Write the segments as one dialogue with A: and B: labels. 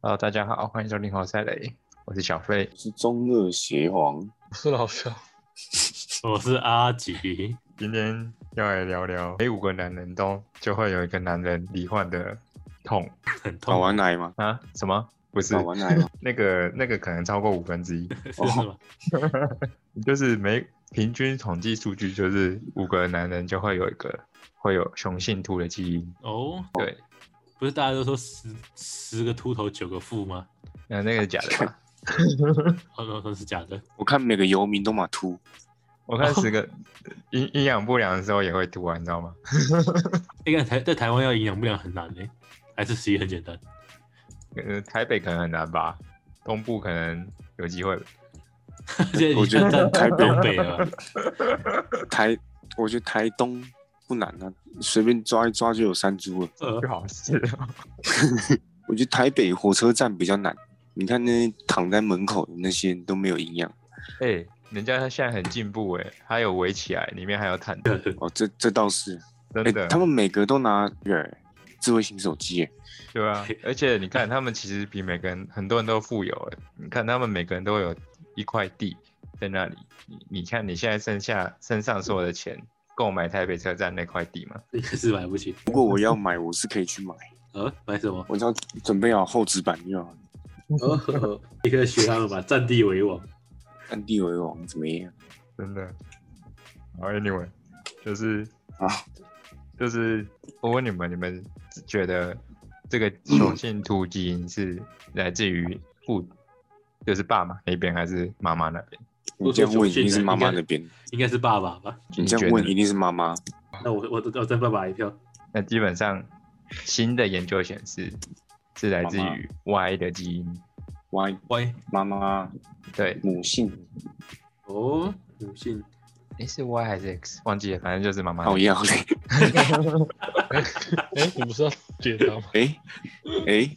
A: Hello，大家好，欢迎收听黄赛雷，我是小飞，
B: 是中二邪皇，
A: 我是老肖。
C: 我是阿吉，
A: 今天要来聊聊每五个男人中就会有一个男人罹患的痛
C: 很
B: 老
C: 痛，
B: 玩奶吗？
A: 啊？什么？不是
B: 老玩奶吗？
A: 那个那个可能超过五分之一，
C: 真的吗？
A: 就是每平均统计数据就是五个男人就会有一个会有雄性秃的基因。
C: 哦，
A: 对，
C: 不是大家都说十十个秃头九个富吗？
A: 那那个是假的 吧？
C: 哦，那都是假的。
B: 我看每个游民都马秃，
A: 我看十个营营养不良的时候也会秃啊，你知道吗？
C: 应该台在台湾要营养不良很难呢，还是十一很 简单？
A: 呃，台北可能很难吧，东部可能有机会。
C: 现在已经在
B: 台北啊
C: 东北了，
B: 台，我觉得台东不难啊，随便抓一抓就有山猪了。
C: 呃
A: 最，好是哦，
B: 我觉得台北火车站比较难，你看那躺在门口的那些人都没有营养
A: 哎、人家现在很进步哎，还有围起来，里面还有毯子，
B: 哦，这这倒是，
A: 真
B: 哎、
A: 的，
B: 他们每个都拿个智慧型手机耶，
A: 对啊，而且你看他们其实比每个人很多人都富有哎，你看他们每个人都有一块地在那里，你你看你现在剩下身上所有的钱购买台北车站那块地吗？
C: 应该是买不起。
B: 如果我要买，我是可以去买，
C: 呃，买什么？
B: 我只要准备好厚纸板就好了。
C: 呃，呵呵你可以学他们吧，占地为王。
B: 占地为王怎么样？
A: 真的。好，Anyway，就是
B: 啊，
A: 就是我问你们，你们觉得这个 雄性秃基因是来自于父，就是爸妈那边还是妈妈那边？
B: 你这样问一定是妈妈那边，
C: 应该是爸爸吧？
B: 你这样问一定是妈妈。
C: 那我我我再爸爸一票。
A: 那基本上新的研究显示是来自于 Y 的基因，
B: 喂，
C: 喂，
B: 妈妈，
A: 对，
B: 母性，
C: 哦，女性
A: 诶是 Y 还是 X 忘记了，反正就是妈妈。
B: 讨 厌好嘞。
D: 哎、你不是要解答吗？
B: 哎哎，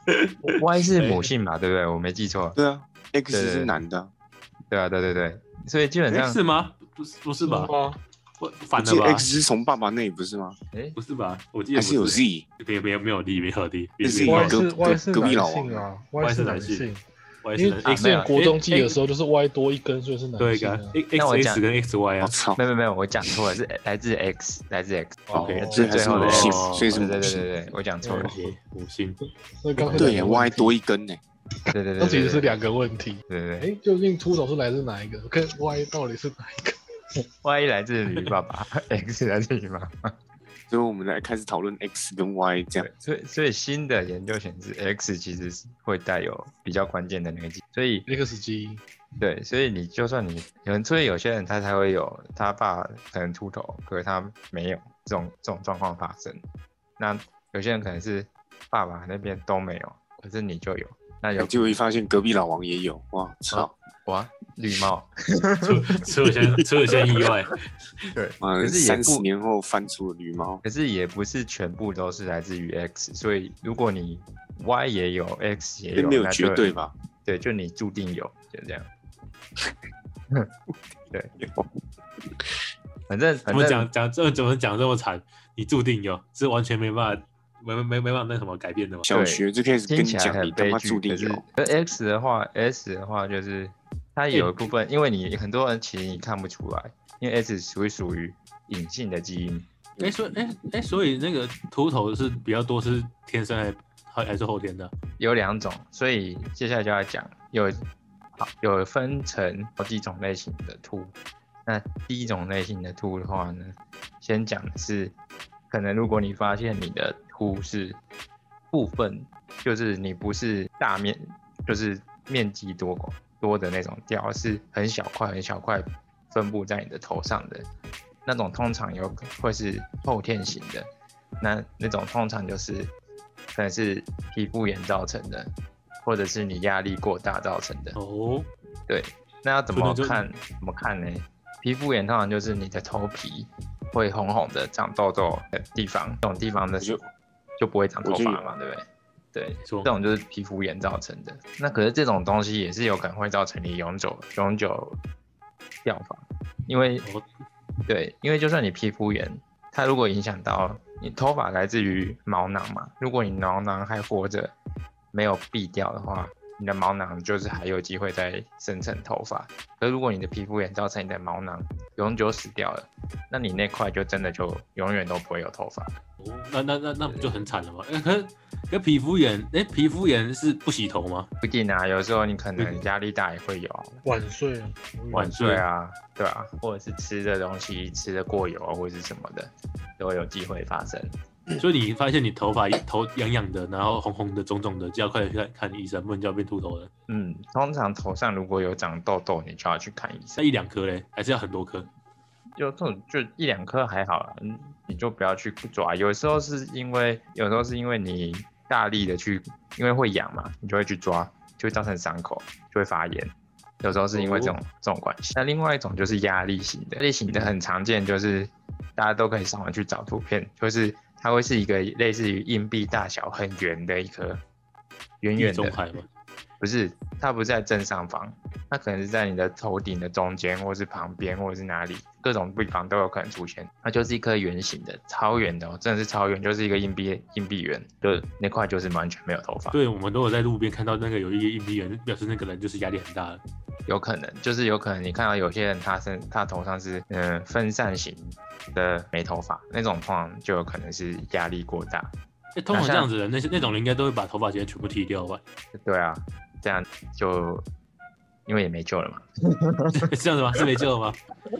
A: Y 是母性嘛，对不对？我没记错，
B: 对啊，X
A: 对
B: 是男的啊，
A: 对啊，对对对，所以基本
C: 哎
A: 上
C: 是吗？不是不是吧？
D: 吗？
C: 我
B: 我
C: 反了
B: 记得
C: 吧
B: 嗯 X？是从爸爸那里不是吗？
C: 不是吧？我记得
B: 还
C: 不
B: 是有 Z？
C: 没有没有没有力，没有力，
B: 自己
C: 没有
B: 有
D: y
C: 力
B: 歌
D: 是
B: 隔
D: Y 是
B: 隔壁
D: 男
B: 老
D: 性啊，Y
C: 是
D: 是
C: 男
D: 男
C: 性
D: 性，
C: 我也
D: 因
C: 是
D: 为
C: 男
D: X 年国中记的时
C: 候，
D: 候就是 Y 多一根，所以是男
C: 对
D: 性、
C: 个
D: 啊。
A: 那我
C: X
A: 讲哦
C: X 跟 X Y
B: 我
C: 啊，
B: 操
A: 没！有没有没有，我讲错了，是来自 X，来自 X。
C: OK，
D: 哦
B: 所以还是
A: 最后
B: 母
A: 的
B: 性，
C: 哦
B: 所以是
A: 对对
B: 母
A: 对
B: 性。
A: 对对，我讲错了，
C: 五星
D: 所以刚才
B: 对耶
D: 两个
B: ，Y
D: 问题
B: 多一根呢。
A: 对对对 对，
D: 那哦其实是两
A: 个，
D: 个问题。
A: 对对
D: 哎、
A: 对
D: 究竟秃头是来自哪一个？跟 Y 到底是哪一个？
A: ，Y 来自于爸爸，X 来自于妈妈。
B: 所以我们来开始讨论 X 跟 Y 这样
A: 对，。所以所以新的研究显示，X 其实是会带有比较关键的那个基因，所以
D: X 基因
A: 对，所以你就算你有人，所以有些人他才会有他爸可能秃头，可是他没有这种这种状况发生。那有些人可能是爸爸那边都没有，可是你就有，那有
B: 哎
A: 哦
B: 结果一发现隔壁老王也有，哇操！
A: 哇绿帽，
C: 出出了些出了些意外，
A: 对，
B: 妈
A: 可
B: 的，
A: 是也
B: 三十
A: 不
B: 年后翻出了绿帽，
A: 可是也不是全部都是来自于 X，所以如果你 Y 也有，X 也
B: 并
A: 有，啊
B: 没有
A: 那
B: 绝
A: 就
B: 对吧？
A: 对，就你注定有，就 这样。对， 反正
C: 怎
A: 反
C: 么
A: 正
C: 讲讲这怎么讲这么惨？你注定有，是完全没办法没没没没办法那什么改变的嘛？
B: 小学就开始跟
A: 听
B: 你
A: 起来
B: 讲，
A: 很
B: 你他
A: 悲
B: 妈
A: 剧。
B: 注定
A: 可是
B: 有。哦哎
A: 可是 X 的话，S 的话就是它有一部分，因为你很多人其实你看不出来，因为 S 属于属于隐性的基因，
C: 哎，所以哎哎，所以那个秃头是比较多是天生还还还是后天的？
A: 有两种，所以接下来就要讲有好有分成好几种类型的秃。那第一种类型的秃的话呢，先讲的是，可能如果你发现你的秃是部分，就是你不是大面，就是面积多多的那种掉，而是很小块很小块分布在你的头上的那种，通常有可会是后天型的。那那种通常就是可能是皮肤炎造成的，或者是你压力过大造成的。
C: 哦，
A: 对，那要怎么
C: 所以就
A: 看？怎么看呢？皮肤炎通常就是你的头皮会红红的，长痘痘的地方，这种地方的
B: 就
A: 就不会长头
B: 我就
A: 发
B: 有
A: 嘛，对不对？对，
C: 说
A: 这种就是皮肤炎造成的。那可是这种东西也是有可能会造成你永久永久掉发，因为
C: 哦
A: 对，因为就算你皮肤炎，它如果影响到你头发来自于毛囊嘛，如果你毛囊还活着，没有避掉的话，你的毛囊就是还有机会再生成头发。可是如果你的皮肤炎造成你的毛囊永久死掉了，那你那块就真的就永远都不会有头发。
C: 哦那那那那不就很惨了吗？哎可是可皮肤炎，哎、皮肤炎是不洗头吗？
A: 不一定啊，有时候你可
C: 嗯
A: 能压力大也会有啊。
D: 晚睡啊，
C: 晚睡
A: 对啊，对啊，或者是吃的东西吃的过油啊，或者是什么的，都有机会发生。
C: 所以你发现你头发头痒痒的，然后红红的、肿肿的，就要快点去看看医生，不然就要变秃头了。
A: 嗯，通常头上如果有长痘痘，你就要去看医
C: 那
A: 生。
C: 一两颗嘞，还是要很多颗？
A: 有这种就一两颗还好啦，嗯你就不要去抓。有时候是因为，有时候是因为你大力的去，因为会痒嘛，你就会去抓，就会造成伤口，就会发炎。有时候是因为这种、这种关系。那另外一种就是压力型的，压力型的很常见，就是大家都可以上网去找图片，就是它会是一个类似于硬币大小很圆的一颗，圆
C: 地
A: 圆
C: 中
A: 的，
C: 海嘛，
A: 不是，它不在正上方，它可能是在你的头顶的中间，或是旁边，或者是哪里，各种地方都有可能出现。它就是一颗圆形的，超圆的、哦，真的是超圆，就是一个硬币硬币圆，就那块就是完全没有头发，
C: 对，我们都有在路边看到那个有一个硬币人，表示那个人就是压力很大了。
A: 有可能就是有可能你看到有些人他身他头上是嗯、呃分散型的没头发，那种通常就有可能是压力过大，
C: 哎、通常这样子的那些那种人应该都会把头发直接全部剃掉吧？
A: 对啊，这样就因为也没救了嘛，
C: 是这样子吗？是没救了吗？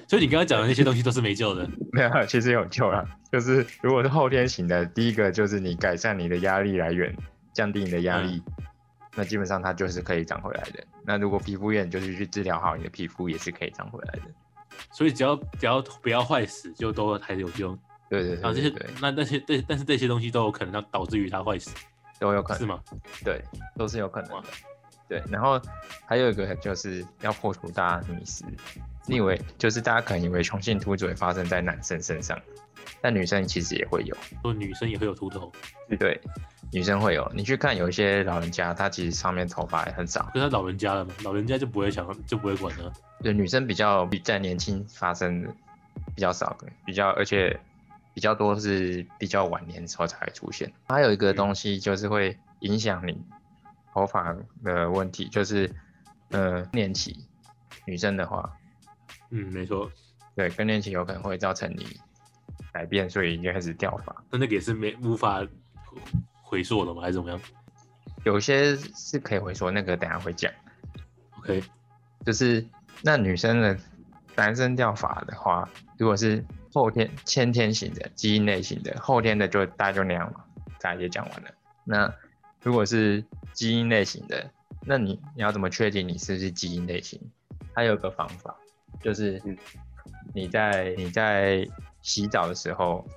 C: 所以你刚刚讲的那些东西都是没救的。
A: 没有，其实有救啦。就是如果是后天型的，第一个就是你改善你的压力来源，降低你的压力，
C: 嗯
A: 那基本上它就是可以长回来的。那如果皮肤炎，就是去治疗好你的皮肤，也是可以长回来的。
C: 所以只要只要不要坏死，就都还有救。
A: 对对
C: 然
A: 对
C: 后这
A: 对
C: 些
A: 对，
C: 那那些对，但是这些东西都有可能让导致于它坏死，
A: 都有可
C: 是
A: 能，
C: 吗？
A: 对，都是有可能
C: 哇
A: 的。对，然后还有一个就是要破除大家的迷思，你以为就是大家可能以为雄性秃只会发生在男生身上，但女生其实也会有。
C: 说女生也会有秃头，
A: 对，女生会有。你去看有一些老人家，他其实上面头发也很少。
C: 可是他老人家了嘛，老人家就不会想就不会管了。
A: 对，女生比较比在年轻发生的比较少，比较而且比较多是比较晚年时候才会出现。还有一个东西就是会影响你头发的问题，就是呃更年期，女生的话，
C: 嗯，没错，
A: 对更年期有可能会造成你改变，所以你开始掉发。
C: 那那个也是没无法回溯的嘛，还是怎么样
A: 有些是可以回说那个等一下会讲。
C: ？OK，
A: 就是那女生的男生掉发的话，如果是后天先天型的基因类型的，后天的就大家就那样嘛，大家也讲完了。那如果是基因类型的，那你你要怎么确定你是不是基因类型？它有个方法，就是
B: 嗯
A: 你在你在洗澡的时候，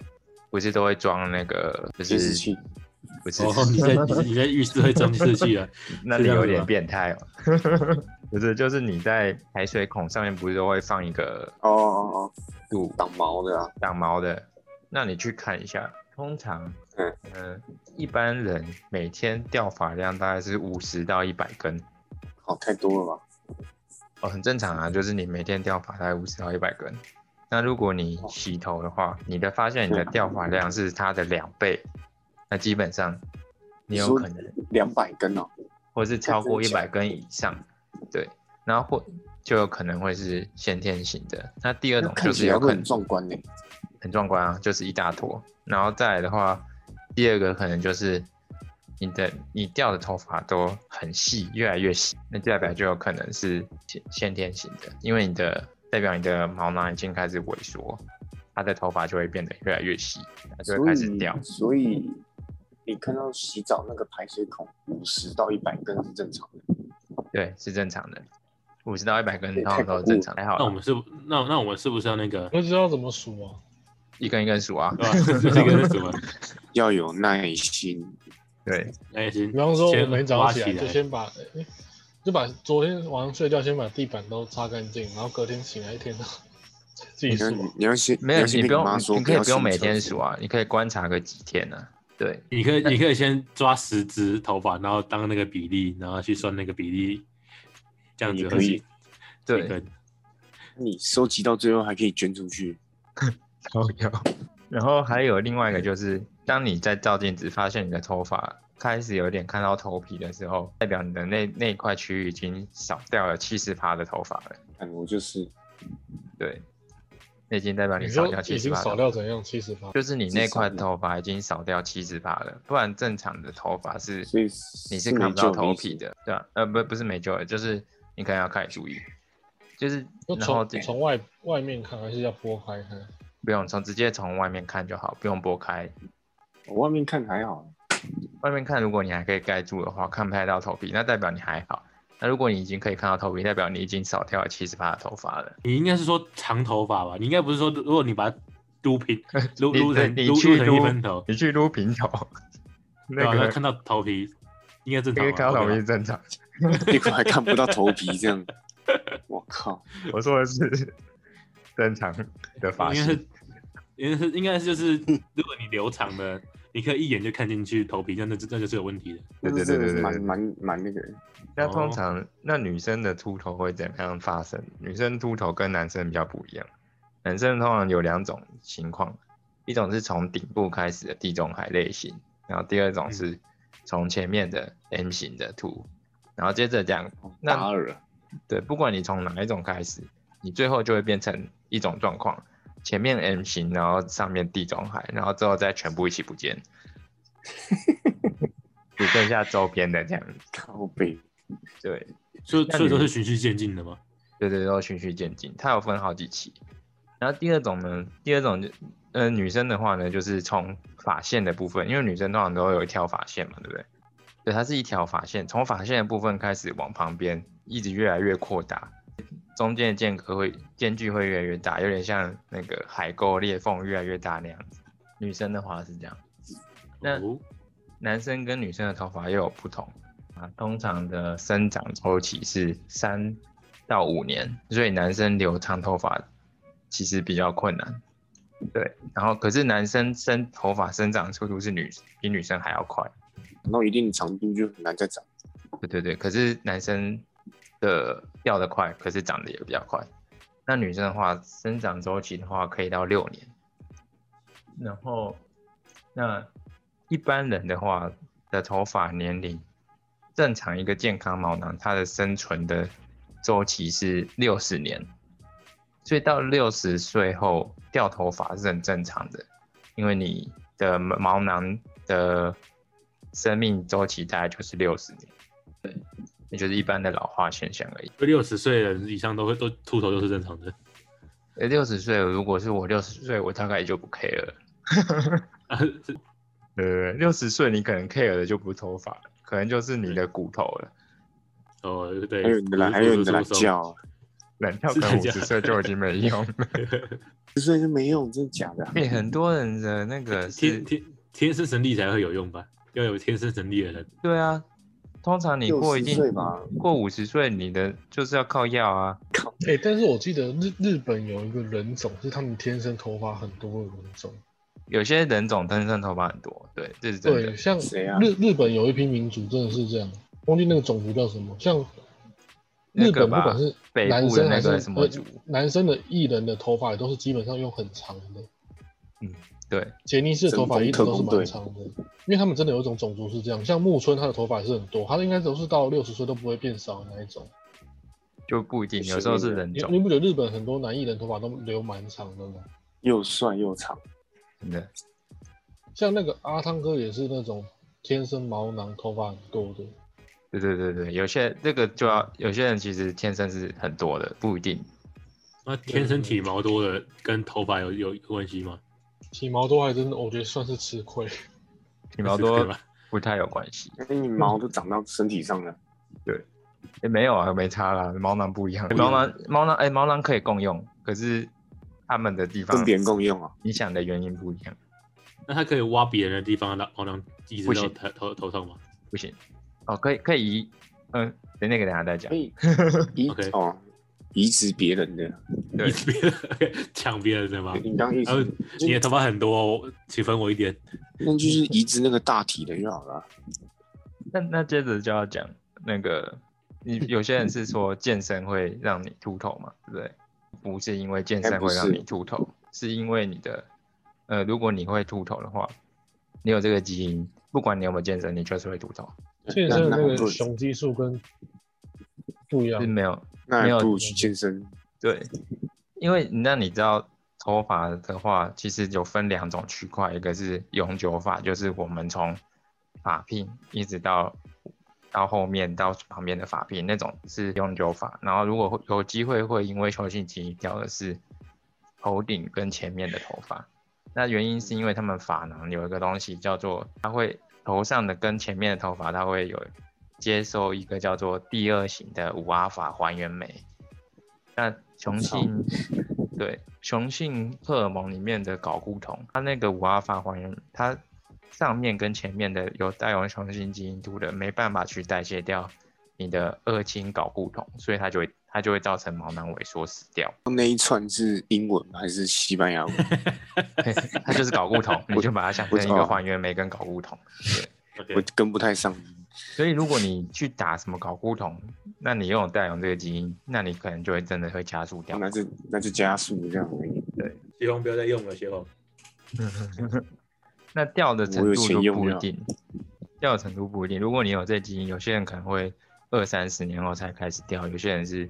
A: 不是都会装那个就
B: 监视
A: 是
B: 器，
A: 不是
C: 哦，你在你在你在浴室会装湿气啊了，
A: 那
C: 是
A: 里
C: 这样
A: 有
C: 子
A: 点
C: 吗
A: 变态哦。 不是，就是你在排水孔上面不是都会放一个
B: 哦哦哦，
A: 堵
B: 挡毛的啊，
A: 挡毛的？那你去看一下，通常，
B: 嗯
A: 呃一般人每天掉发量大概是五十到一百根，
B: 好太多了吧？
A: 哦，很正常啊，就是你每天掉发大概五十到一百根。那如果你洗头的话，你的发现你的掉发量是它的两倍，那基本上你有
B: 说
A: 可能
B: 两百根哦，
A: 或是超过
B: 太
A: 一
B: 真
A: 百
B: 假
A: 根以上，对，然后或就有可能会是先天型的。那第二
B: 嗯那
A: 种
B: 看
A: 就是
B: 起来
A: 有
B: 会
A: 可
B: 很
A: 能
B: 壮观呢。
A: 很壮观啊，就是一大坨。然后再来的话，第二个可能就是你的你掉的头发都很细，越来越细，那代表就有可能是先先天型的，因为你的代表你的毛囊已经开始萎缩，它的头发就会变得越来越细，它就会
B: 所
A: 开始掉
B: 以。所以你看到洗澡那个排水孔五十到一百根是正常的，
A: 对，是正常的，五十到一百根
B: 也
A: 通
B: 太
A: 常都是
B: 恐怖
A: 正常，还好啦。
C: 那我们是不那那我们是不是要那个
D: 我知道怎么数啊。
A: 一根一根数啊
C: 对。吧？就是那个是什么？
B: 要有耐心。
A: 对，
C: 耐心，
D: 比方说，我
C: 先
D: 每天早
C: 挖
D: 上
C: 起
D: 起来就
C: 来，
D: 先把，诶就把昨天晚上睡觉先把地板都擦干净，然后隔天醒来一天都 自己
B: 你
D: 数
B: 要
D: 啊。
B: 你要先
A: 没有
B: 要先
A: 你
B: 跟
A: 不用
B: 妈，说
A: 你可以
B: 要
A: 不用
B: 洗
A: 每
B: 厕
A: 天
B: 所
A: 数啊，你可以观察个几天呢、啊对，
C: 你可以你可以先抓十只头发，然后当那个比例，然后去算那个比例，这样子
B: 也
C: 会
B: 可以
C: 是
A: 对
C: 一根
B: 你收集到最后还可以捐出去，
A: 都有。然后还有另外一个就是，当你在照镜子发现你的头发开始有点看到头皮的时候，代表你的那那一块区域已经少掉了七十趴的头发了。
B: 看哎我就是
A: 对，那已经代表
D: 你
A: 少
D: 说
A: 掉七
D: 已
A: 十
D: 经
A: 趴
D: 少
A: 了。
D: 掉怎样？七十八，
A: 就是你那块
B: 至少
A: 头发已经少掉七十趴了，不然正常的头发是
B: 所以
A: 你是
B: 是
A: 看
B: 没
A: 不到
B: 救的
A: 头
B: 意思
A: 皮的，对吧、呃，不，不是没救了，就是你可能要开始注意，就是
D: 就
A: 然后
D: 从
A: 这
D: 从外外面看还是要拨开看？
A: 不用从直接从外面看就好，不用拨开。
B: 我外面看还好，
A: 外面看，如果你还可以盖住的话，看不太到头皮，那代表你还好。那如果你已经可以看到头皮，代表你已经少掉了七十趴的头发了。
C: 你应该是说长头发吧？你应该不是说，如果你把它撸平，撸
A: 你
C: 撸成
A: 你
C: 撸
A: 去
C: 撸成一
A: 撸
C: 分 头，
A: 你去撸平头，啊那
C: 对吧？那
A: 个
C: 看到头皮应该正
A: 那个看
C: 常吧。
A: 到头皮是
C: OK 吧
A: 正常。
B: 结果还看不到头皮，这样，我靠，
A: 我说的是正常的发
C: 应该是
A: 型，
C: 应该是应该是就是，如果你留长的，你可以一眼就看进去头皮，那那那就是有问题的。
A: 对对对对对
B: 那真的是
A: 对。
B: 蛮蛮蛮那个的，
A: 那
C: 哦
A: 通常那女生的秃头会怎么样发生？女生秃头跟男生比较不一样，男生通常有两种情况，一种是从顶部开始的地中海类型，然后第二种
C: 嗯
A: 是从前面的 M 型的秃，然后接着讲，那
B: 达尔
A: 对，不管你从哪一种开始，你最后就会变成一种状况，前面 M 型，然后上面地中海，然后之后再全部一起不 见，只剩下周边的这样，
B: 靠背，
A: 对。
C: 所以
A: 那
C: 所
A: 你
C: 以都是循序渐进的嘛。
A: 对对，都循序渐进，它有分好几期。然后第二种呢，第二种就，呃，女生的话呢，就是从发线的部分，因为女生通常都有一条发线嘛，对不对？对，它是一条发线，从发线的部分开始往旁边，一直越来越扩大，中间的间隔会间距会越来越大，有点像那个海沟裂缝越来越大那样子。女生的话是这样。那
C: 哦
A: 男生跟女生的头发又有不同啊。通常的生长周期是三到五年，所以男生留长头发其实比较困难。对，然后可是男生生头发生长速度是女比女生还要快。
B: 长到一定长度就很难再长，
A: 对对对，可是男生的掉得快，可是长得也比较快。那女生的话，生长周期的话可以到六年。然后，那一般人的话的头发年龄，正常一个健康毛囊，它的生存的周期是六十年，所以到六十岁后掉头发是很正常的，因为你的毛囊的生命周期大概就是六十年。也就是一般的老化现象而已。
C: 六十岁的人以上都会都秃头都是正常的。
A: 呃，六十岁，如果是我六十岁，我大概也就不 care 了。 呃，六十岁你可能 care 的就不是头发了，可能就是你的骨头了。
C: 哦，对，
B: 还有你的懒，还有你的懒觉啊，
A: 懒觉可能
C: 是
A: 五
C: 这样
A: 十岁就已经没用 了。
B: 十岁就没用，真的假的啊？
A: 因为哎很多人的那 个是
C: 天，天天生神力才会有用吧？要有天生神力的人，
A: 对啊，通常你过一
B: 60
A: 定
B: 岁吧，
A: 过五十岁，你的就是要靠药啊。
D: 哎、但是我记得日日本有一个人种是他们天生头发很多的人种。
A: 有些人种天生头发很多，对，这是真的
D: 对，。像
B: 谁啊
D: 日日本有一批民族真的是这样，忘记那个种族叫什么。像
A: 那
D: 日
A: 个
D: 本不
A: 吧
D: 管是
A: 北
D: 男
A: 部的
D: 生
A: 那
D: 还
A: 个
D: 是
A: 什么族，
D: 呃男生的艺人的头发也都是基本上用很长的。
A: 嗯对，
D: 杰尼斯的头发一直都是
B: 整风特工队
D: 蛮长的，因为他们真的有一种种族是这样，像木村他的头发也是很多，他应该都是到六十岁都不会变少的那一种。
A: 就不一定，
B: 是
A: 有时候是
B: 那个
A: 人
D: 你
A: 种
D: 你，不觉得日本很多男艺人头发都留蛮长的吗？
B: 又帅又长，
A: 真的。
D: 像那个阿汤哥也是那种天生毛囊头发很多的，
A: 对对对对，有些这个就要有些人其实天生是很多的，不一定。
C: 那天生体毛多的跟头发有有有关系吗？
D: 体毛多还真的我觉得算是吃亏。
A: 体毛
C: 是这
A: 多
C: 个吧
A: 不太有关系，
B: 哎，你毛都长到身体上了，
A: 也没有啊，没差啦，毛囊不一样，毛囊毛囊哎、毛囊可以共用，可是他们的地方
B: 跟别人共用啊，
A: 影响的原因不一样，
C: 那他可以挖别人的地方，然后让一直
A: 不
C: 到
A: 行
C: 头头头痛吗？
A: 不行。哦，可以可以移，嗯，等那个等下再讲
B: 可。以移
C: OK
B: 哦，移植别人的，
A: 对
C: 一直别人抢别人的
A: 啊
C: 吗？
B: 你
D: 啊
B: 刚移
C: 然后
B: 植，
C: 你的头发很多哦，请分我一点。
B: 那就是移植那个大体的就好了啊。
A: 那那接着就要讲那个，你有些人是说健身会让你秃头嘛，对不对？哎不是因为健身会让你秃头，是因为你的呃，如果你会秃头的话，你有这个基因，不不管你有没有健身，你就是会秃头，
D: 健身的那
B: 那
D: 个雄激素跟不一样
A: 是，没有
B: 那
A: 没
B: 还
A: 有
B: 不如去健身。
A: 对，因为那你知道头发的话，其实有分两种区块，一个是永久发，就是我们从发髌一直到到后面到旁边的发髌那种是永久发，然后如果会有机会会因为球性肌掉的是头顶跟前面的头发，那原因是因为他们发囊有一个东西叫做，它会头上的跟前面的头发，它会有接受一个叫做第二型的五阿法还原酶。那雄性对雄性荷尔蒙里面的睾固酮，它那个五阿法还原，它上面跟前面的有带有雄性基因突的，没办法去代谢掉你的二氢睾固酮，所以它就会它就会造成毛囊萎缩死掉。
B: 那一串是英文吗还是西班牙文？
A: 它就是睾固酮，你就把它想成一
B: 我
A: 个
B: 哦
A: 还原酶跟睾固酮。
B: 我
C: OK，
B: 跟不太上。
A: 所以如果你去打什么睾固酮，那你又有带有这个基因，那你可能就会真的会加速掉。
B: 那就那就加速这样而已。
C: 希望不要再用了，希望。
A: 那掉的程度
B: 我有钱
A: 就
B: 用
A: 不
B: 不
A: 一
B: 了
A: 定，掉的程度不一定。如果你有这基因，有些人可能会二三十年后才开始掉，有些人是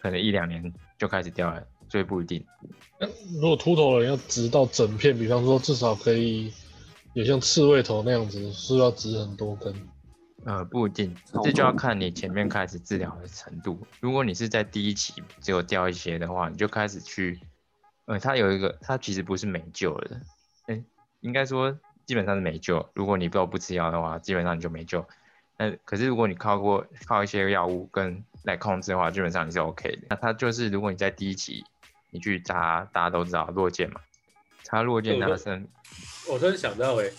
A: 可能一两年就开始掉了，所以不一定。
D: 如果秃头的人要植到整片，比方说至少可以有像刺猬头那样子，是要植很多根。
A: 呃，不一定
B: 好，
A: 这就要看你前面开始治疗的程度。如果你是在第一期只有掉一些的话，你就开始去，呃，它有一个，它其实不是没救了的，哎、应该说基本上是没救。如果你都不吃药的话，基本上你就没救。那可是如果你靠过靠一些药物跟来控制的话，基本上你是 OK 的。那它就是如果你在第一期你去扎，大家都知道落剑嘛，插落剑
C: 对我
A: 拿
C: 就
A: 身
C: 我突然想到、欸，哎，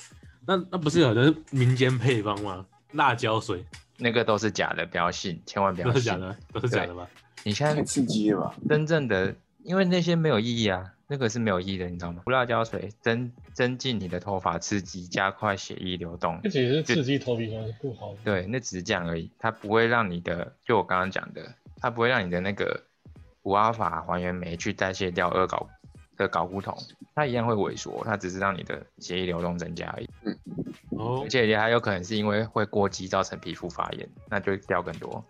C: 那那不是有的是民间配方吗？辣椒水
A: 那个都是假的，不要信，千万不
C: 都
A: 要
C: 是
A: 信
C: 假。的，都是假的吧？
A: 你现在
B: 太刺激了吧！
A: 真正的，因为那些没有意义啊，那个是没有意义的，你知道吗？胡辣椒水增增进你的头发刺激，加快血液流动
D: 这。其实是刺激头皮反而不 好的。
A: 对，那只是这样而已，它不会让你的，就我刚刚讲的，它不会让你的那个五阿法还原酶去代谢掉二睾的睾固酮，它一样会萎缩，它只是让你的血液流动增加而已，
C: 哦
A: 而，且也还有可能是因为会过激造成皮肤发炎，那就会掉更多。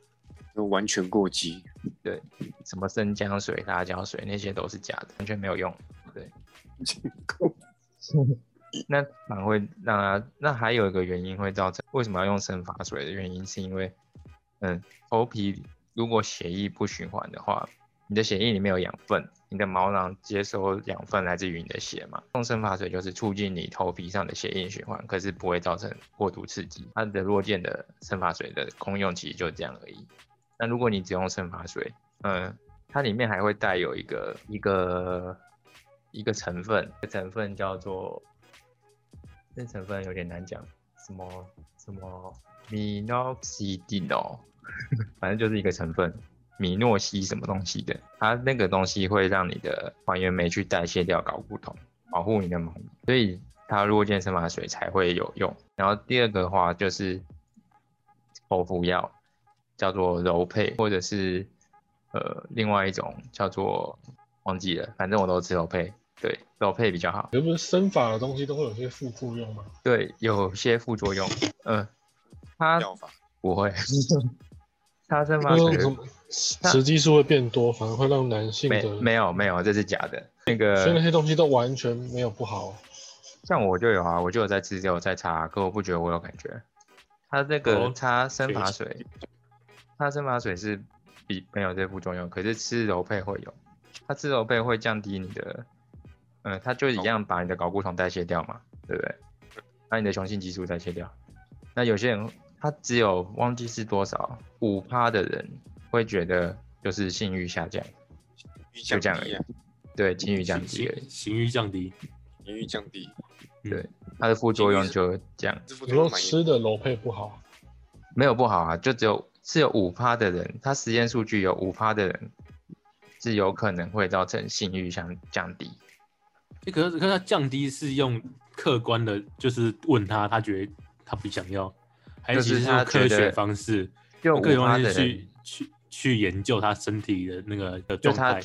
B: 就完全过激。
A: 什么生姜水、辣椒水那些都是假的，完全没有用。那反而会让它，那还有一个原因会造成为什么要用生发水的原因，是因为，嗯，头皮如果血液不循环的话，你的血液里面有养分，你的毛囊接收养分来自于你的血嘛，用生发水就是促进你头皮上的血液循环，可是不会造成过度刺激。它的弱健的生发水的功用其实就这样而已。那如果你只用生发水，嗯，它里面还会带有一个一个一个成分，这成分叫做，这成分有点难讲，什么什么 minoxidil，反 正就是一个成分，米诺西什么东西的，它那个东西会让你的还原酶去代谢掉睾固酮，保护你的毛囊，所以它弱健生发水才会有用。然后第二个的话就是口服药，叫做柔配，或者是呃另外一种叫做忘记了，反正我都吃柔配，对，柔配比较好。
D: 可不是生发的东西都会有些副作用吗？
A: 对，有些副作用，呃，它
B: 药法
A: 不会， 它生发
D: 会有
A: 水
D: 什么雌激素会变多，反而会让男性
A: 没
D: 的
A: 没有没有，这是假的。那
D: 所以那
A: 个
D: 些东西都完全没有不好。
A: 像我就有啊，我就有在吃，有在擦，可我不觉得我有感觉。它这
C: 哦
A: 个擦生发
C: 学
A: 水，它生发水是比没有这副作用，可是吃柔配会有，它吃柔配会降低你的，嗯、它就一样把你的睾固酮代谢掉嘛，对不对？把你的雄性激素代谢掉。那有些人他只有忘记是多少五趴的人会觉得就是性欲下降，
B: 就
A: 这样而已对，性欲降
C: 行
A: 低而已，
C: 行行欲降低，
B: 言语降低，
A: 它的副作用
B: 性欲
A: 就这样。
B: 这副
D: 你说吃的柔配不好，
A: 没有不好啊，就只有是有五趴的人，他实验数据有五趴的人是有可能会造成性欲降降低。
C: 欸可是可是它降低是用客观的，就是问他，他觉得他不想要，还
A: 就是
C: 其实
A: 是
C: 用
A: 他觉
C: 科学
A: 得
C: 方式，
A: 就
C: 用科学
A: 五趴
C: 方
A: 的
C: 式去
A: 人，
C: 去去研究他身体的那个的
A: 就
C: 状
A: 他
C: 态。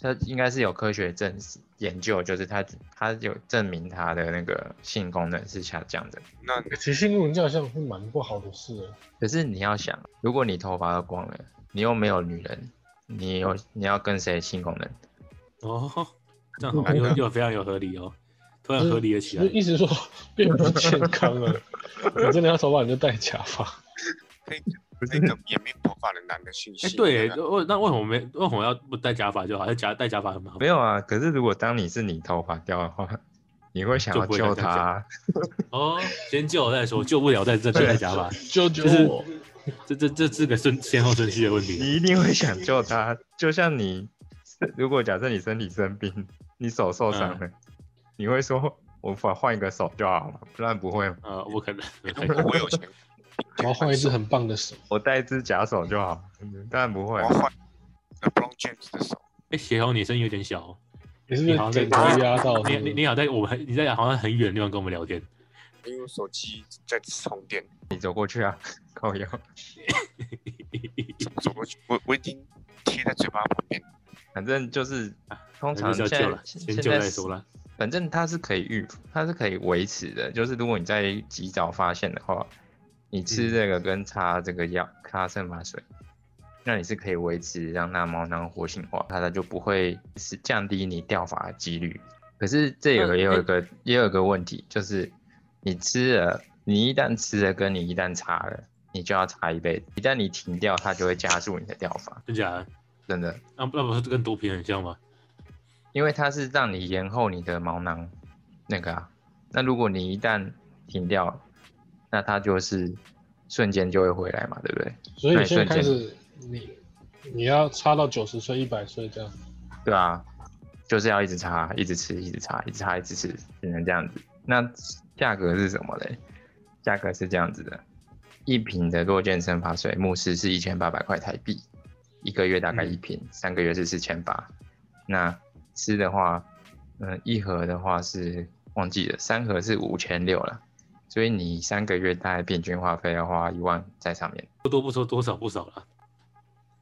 A: 他应该是有科学证实研究，就是它它有证明它的那个性功能是下降的。
B: 那
D: 欸其实性论这样好像是蛮不好的事欸，
A: 可是你要想，如果你头发都光了，你又没有女人，你有你要跟谁性功能？
C: 哦， 这样好 像又又非常有合理哦，突然合理了起
D: 就
C: 来
D: 是。意思说变不健康了。 你真的要头发你就戴假发，
B: 可以那个 也没头发的男的性啊
C: 哎、
B: 性，
C: 对，
B: 那个
C: 为那为什么没为什么要不戴假发就好？要假戴假发很麻
A: 没
C: 烦。
A: 有啊，可是如果当你是你头发掉的话，你会想要
C: 就不会再
A: 救
C: 戴假
A: 他
C: 发
A: 啊。
C: 哦，先救我再说，救不了再再再戴假发。
D: 救救
C: 就是
D: 我！
C: 这这这是个顺先后顺序的问题。
A: 你一定会想救他，就像你，如果假设你身体生病，你手受伤
C: 嗯
A: 了，你会说我把换一个手就好了，不然不会嘛，
C: 呃，我可能
B: 如果我有钱，
D: 我要换一只很棒的手，
A: 我戴一只假手就好了，当然不
B: 我
A: 会
B: 要
C: 哦
A: 啊。
B: 换 LeBron James 的手，
C: 哎，协同你声音有点小哦，
D: 你是
C: 你
D: 不
C: 好
D: 是
C: 像
D: 枕头
C: 在
D: 压到
C: 你
D: 是不
C: 你
D: 是？
C: 你好在我们很你在好像很远的地方跟我们聊天。
B: 因为我手机在充电，
A: 你走过去啊，靠腰，
B: 走过去，我我已经贴在嘴巴旁边，
A: 反正就是通
C: 还
A: 常
C: 是要
A: 现
C: 救
A: 在
C: 了，先
A: 现
C: 救
A: 在
C: 再说啦。
A: 反正它是可以预，它是可以维持的。就是如果你在及早发现的话，你吃这个跟擦这个药，擦圣马水，那你是可以维持让那毛囊活性化，它就不会是降低你掉发的几率。可是这有
C: 那
A: 也有
C: 那
A: 一个也有一个问题，就是你吃了，你一旦吃了跟你一旦擦了，你就要擦一辈子。一旦你停掉，它就会加速你的掉发，
C: 真假的？
A: 真的，
C: 那、那不是跟毒品很像吗？
A: 因为它是让你延后你的毛囊那个啊。那如果你一旦停掉，那它就是瞬间就会回来嘛，对不对？
D: 所以你现在开始，你你要插到九十岁、一百岁这样。
A: 对啊，就是要一直擦，一直吃，一直擦，一直擦，一直吃，只能这样子。那价格是什么嘞？价格是这样子的，一瓶的弱健生发水慕斯是一千八百块台币，一个月大概一瓶，三个月是四千八。那吃的话，嗯、一盒的话是忘记了，三盒是五千六了。所以你三个月大概平均花费要花一万在上面，
C: 不多不说，多少不少啦。
A: 就
C: 哎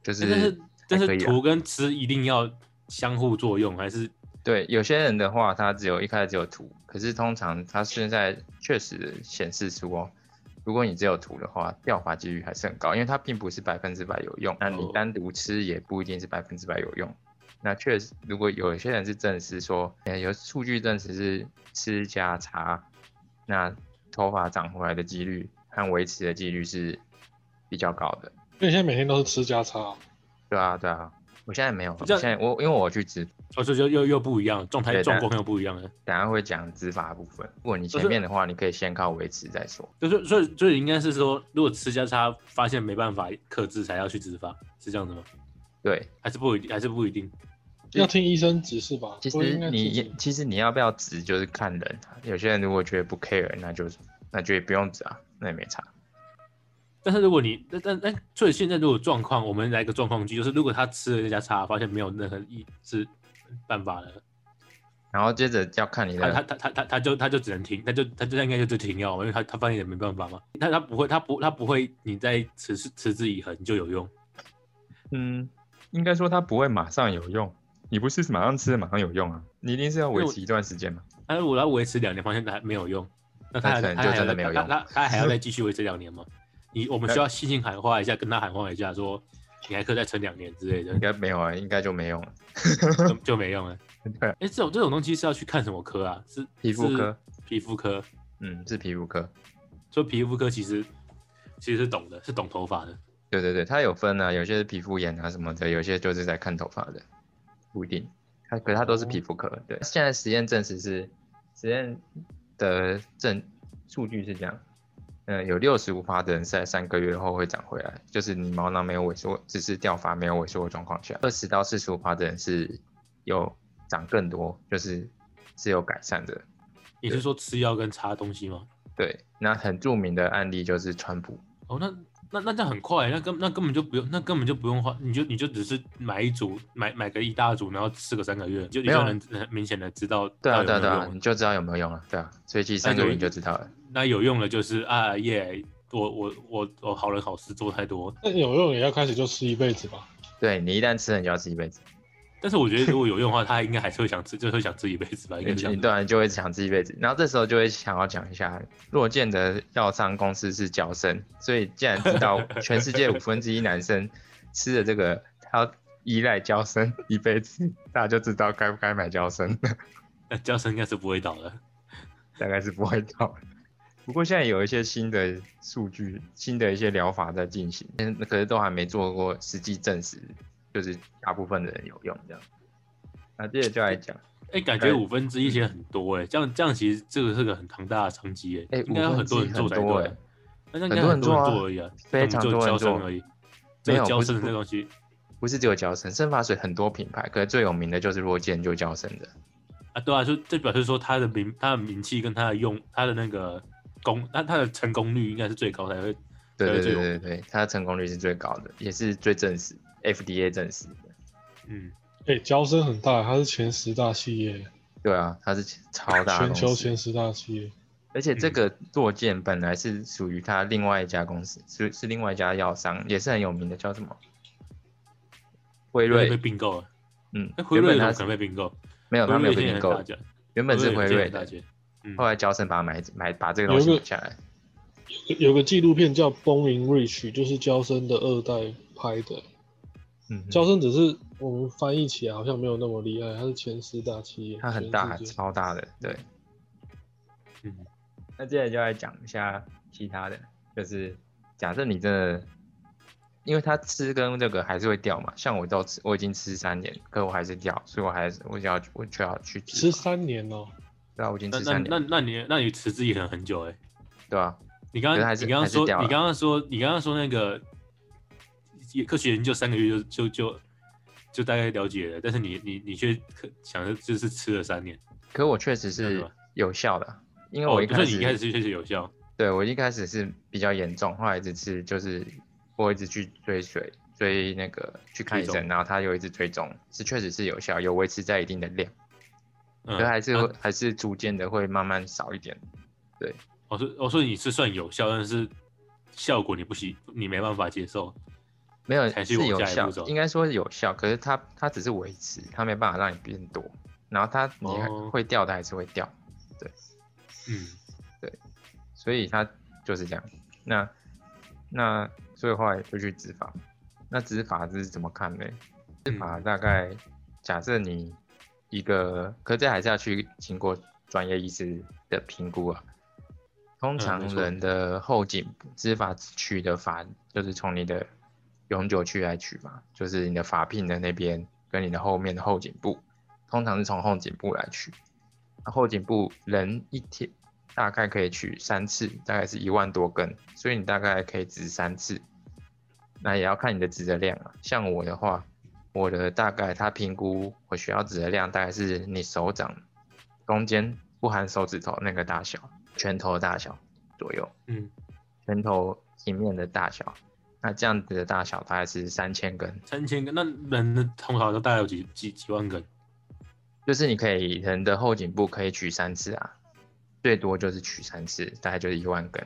C: 但
A: 是
C: 是但
A: 还可
C: 是
A: 以啊
C: 涂跟吃一定要相互作用，还是
A: 对，有些人的话，他只有一开始只有涂，可是通常他现在确实显示出哦，如果你只有涂的话，掉发几率还是很高，因为它并不是百分之百有用。那你
C: 哦
A: 单独吃也不一定是百分之百有用。那确实，如果有些人是证实说，呃，有数据证实是吃加茶，那头发长回来的几率和维持的几率是比较高的。
D: 所以现在每天都是吃加差，
A: 对啊，对啊，我现在没有，我
C: 这
A: 现
C: 样
A: 在我因为我去植
C: 哦，这就又又不一样，状态
A: 对
C: 状
A: 但
C: 况又不一样了。
A: 等下会讲执法部分。如果你
C: 可是
A: 前面的话，你可以先靠维持再说。
C: 就是所以所以应该是说，如果吃加差发现没办法克制，才要去植发，是这样子吗？
A: 对，
C: 还是不一定还是不一定？
D: 要听医生指示吧？
A: 其
D: 不
A: 实
D: 应该自己
A: 你其实你要不要执就是看人啊，有些人如果觉得不 care，那就那就也不用执啊，那也没差。
C: 但是如果你但但但所以现在如果状况，我们来个状况剧，就是如果他吃了那家差，发现没有任何一是办法了，
A: 然后接着要看你
C: 他他
A: 的，
C: 他他他他就他就只能停，他就他就应该就就停药嘛，因为他他发现也没办法嘛，他他不会他不他不会，你再持续持之以恒就有用。
A: 嗯，应该说它不会马上有用，你不是马上吃马上有用啊，你一定是要维
C: 因为我
A: 持一段时间嘛。
C: 但是我要维持两年，发现他还没有用，那他
A: 那
C: 还
A: 可能
C: 他
A: 就
C: 还要
A: 真的
C: 再
A: 没有
C: 他
A: 用
C: 他他还 要再继续维持两年吗？你我们需要细心喊话一下，跟他喊话一下，说你还可以再撑两年之类的
A: 应，该没有啊，应该就没用了。
C: 就就没用了。
A: 对
C: 哎，这种这种东西是要去看什么科啊？是
A: 皮肤科，
C: 是皮肤科。
A: 嗯，是皮肤科。
C: 所以皮肤科其实其实是懂的，是懂头发的。
A: 对对对，它有分啊，有些是皮肤炎啊什么的，有些就是在看头发的，不一定。它可它都
C: 哦
A: 是皮肤科。对，现在实验证实是实验的证数据是这样，呃，有六十五趴的人是在三个月后会长回来，就是你毛囊没有萎缩，只是掉发没有萎缩的状况下，二十到四十五趴的人是有长更多，就是是有改善的。
C: 你是说吃药跟擦东西吗？
A: 对，那很著名的案例就是川普，
C: 哦，那那那这样很快，那根那根本就不用，那根本就不用花，你就你就只是买一组，买买个一大组，然后吃个三个月，就你
A: 没有
C: 就能很明显的知道
A: 对啊
C: 到
A: 对啊对
C: 底有没有
A: 啊，
C: 用
A: 你就知道有没有用了，对啊，所以其实三个月你就知道了。
C: 那有用了就是啊耶，我我我我好人好事做太多，
D: 那有用也要开始就吃一辈子吧？
A: 对你一旦吃了，你就要吃一辈子。
C: 但是我觉得如果 有用的话，他应该还是会想吃，就是会想吃一辈子吧，应该
A: 你
C: 这样
A: 你。当然就会想这一辈子。然后这时候就会想要讲一下，洛健的药商公司是角生，所以既然知 道全世界五分之一男生吃的这个，他要依赖胶生一辈子，大家就知道该不该买胶生，
C: 那教授应该是不会倒的。
A: 大概是不会到。不过现在有一些新的数据、新的一些疗法在进行，嗯可是都还没做过实际证实，就是大部分的人有用这样。那接着就来讲，
C: 哎、感
A: 哎
C: 觉五分之一其实很多哎、这样这样其实这个是个很庞大的商机哎、
A: 哎
C: 应该有很多人做才
A: 五分之一很多
C: 对啊
A: 哎。
C: 那那应该
A: 很
C: 很
A: 多人做
C: 多人
A: 啊
C: 做而已啊，
A: 非常
C: 就
A: 多人
C: 教
A: 做
C: 生而已，
A: 没
C: 只
A: 有
C: 有教
A: 不是
C: 生
A: 不
C: 这东西
A: 不是只有胶生，生发水很多品牌，可是最有名的就是罗健就胶生的。
C: 啊，对啊，就这表示说他的名他的名气跟他的用他的那个功，那他的成功率应该是最高才会。
A: 对对
C: 对
A: 对
C: 就
A: 对对，它的成功率是最高的，也是最证实 FDA 证实的。
C: 嗯，
D: 哎、交生很大，它是前十大企业，
A: 对啊，它是超大的
D: 全
A: 公
D: 球
A: 司，
D: 前十大企业。
A: 而且这
C: 嗯
A: 个洛健本来是属于它另外一家公司，是是另外一家药商，也是很有名的，叫什么？辉
C: 辉瑞被
A: 瑞。
C: 并购了，
A: 嗯
C: 哎，，辉
A: 原
C: 瑞
A: 本
C: 怎么
A: 它
C: 可能被并购？
A: 没有，它没有
C: 辉
A: 被并
C: 瑞现在
A: 购
C: 很大
A: 的，
C: 家，
A: 原本是辉
C: 现在
A: 瑞
C: 很大
A: 的，
C: 家嗯
A: 后来交生把它买买把这个
D: 有
A: 东西
D: 一个
A: 买下来。
D: 有有个纪录片叫《Boning Rich》，就是交生的二代拍的。
A: 嗯哼，
D: 交生只是我们翻译起来好像没有那么厉害，它是前十大企业，
A: 它很
D: 全
A: 大，
D: 世界
A: 超大的，对。
C: 嗯，
A: 那接下来就来讲一下其他的，就是假设你真的，因为它吃跟这个还是会掉嘛，像我都吃，我已经吃三年，可我还是掉，所以我还是我就要我就要去吃
D: 吃
A: 嘛，
D: 三年哦、
A: 对啊，我已经
C: 那
A: 吃三
C: 那那
A: 年，
C: 那你那你持之以恒很久哎、
A: 对啊，
C: 你刚
A: 可是
C: 刚
A: 还是还是
C: 你刚刚说
A: 掉了
C: 你刚刚说你刚刚说那个也科学研究三个月就就就就大概了解了，但是你你你却可想着就是吃了三年，
A: 可我确实
C: 这样
A: 是
C: 子吧
A: 有效的啊，因为
C: 哦
A: 我一，
C: 所
A: 开
C: 以你
A: 始，
C: 一开始确实有效，
A: 对我一开始是比较严重，后来一直吃就是我一直去追随追那个去看医
C: 追
A: 生，
C: 踪
A: 然后他又一直追踪，是确实是有效，有维持在一定的量。
C: 嗯，
A: 可还是
C: 啊
A: 会、还是逐渐的会慢慢少一点。
C: 我说我说你哦是算有效，但是效果你不喜你没办法接受，
A: 没有
C: 才
A: 是
C: 去往
A: 有
C: 下一
A: 效
C: 步走，
A: 应该说是有效，可是它它只是维持，它没办法让你变多。然后它你还
C: 哦
A: 会掉的还是会掉，
C: 嗯，
A: 所以它就是这样。那那所以后来就去执法，那执法是怎么看呢？执法
C: 嗯
A: 大概假设你一个，可这还是要去经过专业医师的评估啊。通常
C: 嗯没错
A: 人的后颈执法区的法就是从你的永久区来取嘛，就是你的法聘的那边跟你的后面的后颈部，通常是从后颈部来取。那后颈部人一天大概可以取三次，大概是一万多根，所以你大概可以植三次。那也要看你的植的量啊。像我的话，我的大概它评估我需要植的量大概是你手掌中间不含手指头那个大小，拳头大小左右，
C: 嗯，
A: 拳头平面的大小。那这样子的大小大概是三千根，
C: 三千根，那人的头脑都大概有几几几万根，
A: 就是你可以人的后颈部可以取三次啊，最多就是取三次，大概就是一万根。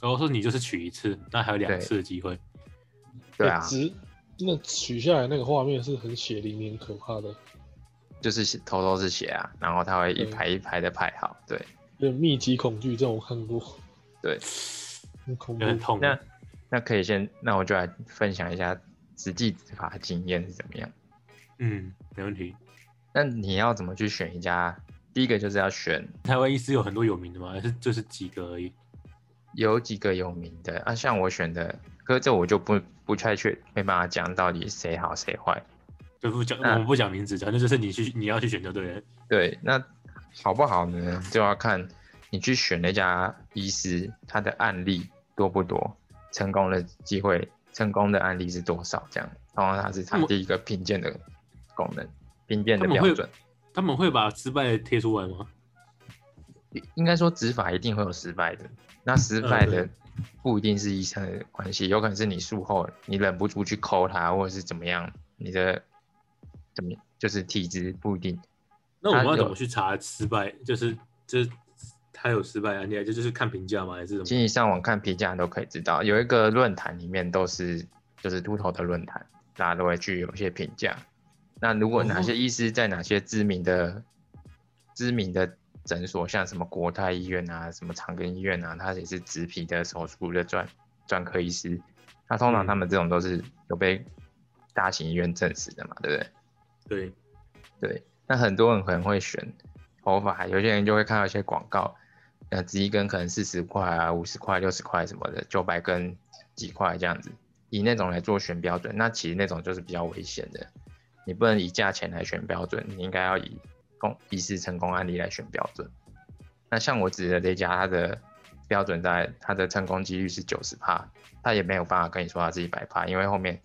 C: 然后说你就是取一次，那还有
A: 对
C: 两次的机会，
A: 对啊，
D: 只那取下来那个画面是很血淋淋、可怕的，
A: 就是血头都是血啊，然后它会一
D: 对
A: 排一排的排好。对
D: 有点密集恐惧症，我看过，
A: 对，
D: 很恐怖
C: 有。点痛。
A: 那那可以先，那我就来分享一下实际执法经验是怎么样。
C: 嗯，没问题。
A: 那你要怎么去选一家？第一个就是要选
C: 台湾医师有很多有名的吗？还是就是几个而已？
A: 有几个有名的啊，像我选的，可是这我就不不太确，没办法讲到底谁好谁坏。
C: 就不讲，
A: 嗯
C: 我们不讲名字，反正就是你去你要去选就对了。
A: 对，那好不好呢？就要看你去选那家医师，他的案例多不多，成功的机会，成功的案例是多少，这样，然后它是他
C: 那么
A: 第一个评鉴的功能，评鉴的
C: 他们
A: 标
C: 会
A: 准。
C: 他们会把失败贴出来吗？
A: 应应该说执法一定会有失败的，那失
C: 嗯
A: 败
C: 对
A: 的不一定是医生的关系，有可能是你术后你忍不住去抠他，或者是怎么样，你的怎么就是体质不一定。
C: 那我们
A: 他
C: 要
A: 有
C: 怎么去查失败？就是就是他有失败案例，这就是看评价吗？还是什
A: 其
C: 么？
A: 实上网看评价都可以知道，有一个论坛里面都是就是秃头的论坛，大家都会去有一些评价，那如果哪些医师在哪些知名的、知名的诊所，像什么国泰医院啊、什么长庚医院啊，他也是植皮的手术的专专科医师。那通常
C: 嗯
A: 他们这种都是有被大型医院证实的嘛，对不对？
C: 对，嗯
A: 对，那很多人可能会选头发，有些人就会看到一些广告，呃，植一根可能四十块啊、五十块、六十块什么的，九百根几块这样子，以那种来做选标准。那其实那种就是比较危险的，你不能以价钱来选标准，你应该要以公疑似成功案例来选标准。那像我指的这家，它的标准在它的成功几率是九十帕，他也没有办法跟你说他是一百帕，因为后面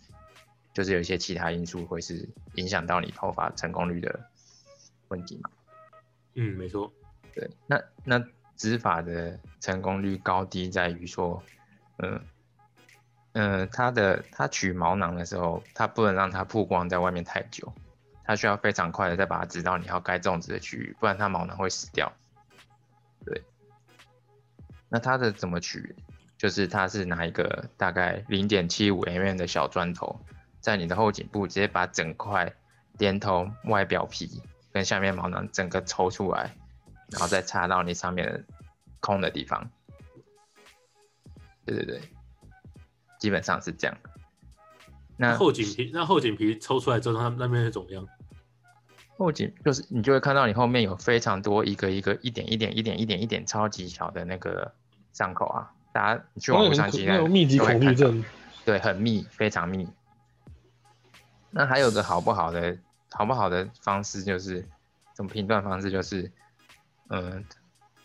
A: 就是有一些其他因素会是影响到你头发成功率的问题嘛。
C: 嗯，没错，
A: 对，那那植发的成功率高低在于说，嗯嗯，它的它取毛囊的时候，它不能让它曝光在外面太久，它需要非常快的再把它植到你要该种植的区域，不然它毛囊会死掉。对，那它的怎么取？就是它是拿一个大概零点七五 mm 的小砖头，在你的后颈部直接把整块连同外表皮跟下面毛囊整个抽出来，然后再插到你上面的空的地方。对对对，基本上是这样。那
C: 那后颈皮，那后颈皮抽出来之后，它那边是怎么样？
A: 后颈就是你就会看到你后面有非常多一个一个一点一点一点一点一点超级小的那个伤口啊，大家你去网络
D: 那很
A: 上
D: 恐
A: 其实
D: 那有密集
A: 都会
D: 恐
A: 看
D: 惧
A: 到
D: 症，
A: 对，很密，非常密。那还有个好不好的好不好的方式就是，怎么评断方式就是，嗯，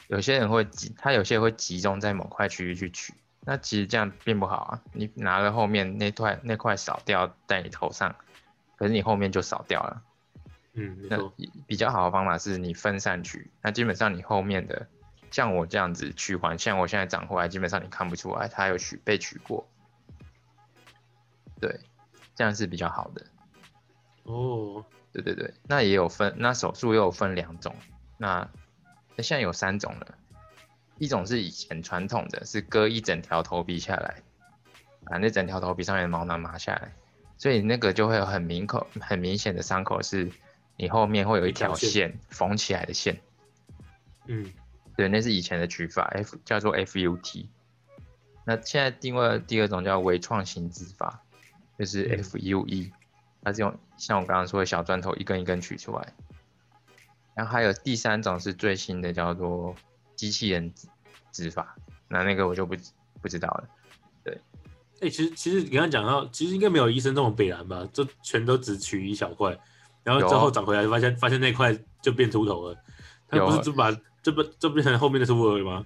A: 有些人会集，他有些会集中在某块区域去取，那其实这样并不好啊。你拿了后面那块那块少掉在你头上，可是你后面就少掉了。
C: 嗯，没
A: 那
C: 错，
A: 比比较好的方法是你分散取，那基本上你后面的像我这样子取完，像我现在长回来，基本上你看不出来它有取被取过，对，这样是比较好的。
C: 哦，
A: 对对对，那也有分，那手术也有分两种，那那现在有三种了，一种是以前传统的，是割一整条头皮下来，把那整条头皮上面的毛囊拿下来，所以那个就会有很明口、很明显的伤口，是你后面会有一
C: 一条
A: 条线缝起来的线，
C: 嗯，
A: 对，那是以前的取法，F 叫做 FUT。那现在定位的第二种叫微创型植法，就是
C: 嗯
A: FUE，、它是用像我刚刚说的小砖头一根一根取出来。然后还有第三种是最新的，叫做机器人植植法，那那个我就不不知道了。
C: 哎、其实其实你刚刚讲到，其实应该没有医生这么北蓝吧，就全都只取一小块，然后
A: 有啊
C: 之后长回来发现发现那块就变秃头了，他
A: 有啊
C: 不是就把这不就变成后面的是乌龟吗？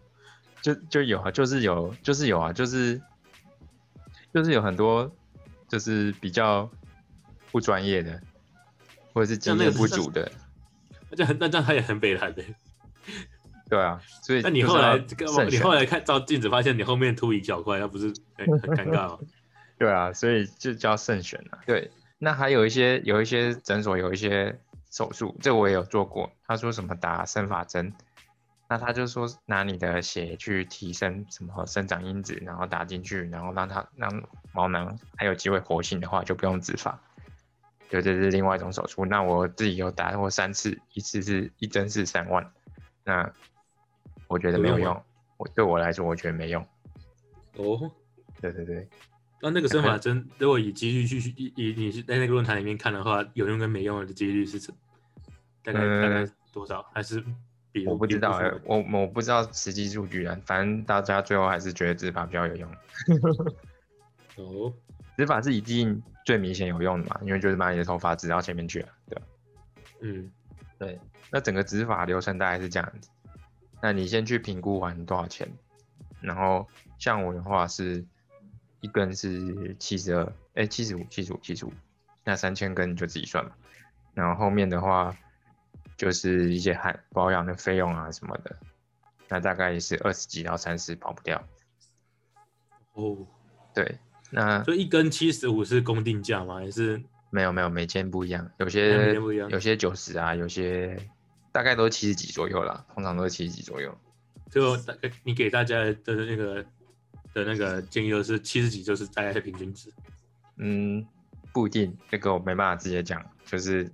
A: 就就有啊，就是有，就是有啊，就是就是有很多就是比较不专业的，或者是经
C: 像那
A: 验
C: 个
A: 不
C: 是
A: 足的，
C: 那这样那这样他也很北蓝的、
A: 对啊，所以
C: 那你
A: 就是
C: 后来
A: 要
C: 干嘛
A: 慎
C: 你
A: 选
C: 后来看照镜子发现你后面秃一小块，那不是很很尴尬 吗？
A: 对啊，所以就叫慎选啊。对，那还有一些有一些诊所有一些手术，这我也有做过。他说什么打生发针，那他就说拿你的血去提升什么生长因子，然后打进去，然后让它让毛囊还有机会活性的话，就不用植发。对，这是另外一种手术。那我自己有打过三次，一次是一针是三万，那我觉得没有
C: 有用
A: 用。我对我来说，我觉得没用。
C: 哦。
A: 对对对，
C: 那那个生
A: 哎
C: 法针，如果以几率去以以你是在那个论坛里面看的话，有用跟没用的几率是大概、
A: 嗯
C: 大概多少？还是比如
A: 我不知道、
C: 比
A: 欸
C: 如说，
A: 我我不知道实际数据啊，反正大家最后还是觉得执法比较有用。
C: 哦，
A: 执法是一定最明显有用的嘛，因为就是把你的头发植到前面去了，对吧
C: 嗯，
A: 对，那整个执法流程大概是这样子。那你先去评估完多少钱，然后像我的话是一根是七十二，哎，七十五，七十五，七十五，那三千根你就自己算嘛。然后后面的话就是一些含保养的费用啊什么的，那大概也是二十几到三十，跑不掉。
C: 哦，
A: 对，那
C: 所以一根七十五是公定价吗？还是
A: 没有没有，每间不一样，有
C: 每
A: 些
C: 间不一样
A: 有些九十啊，有些大概都七十几左右啦，通常都是七十几左右。
C: 就大概你给大家的那个的那个建议就是七十几，就是大概是平均值。
A: 嗯，不一定，这个我没办法直接讲，就是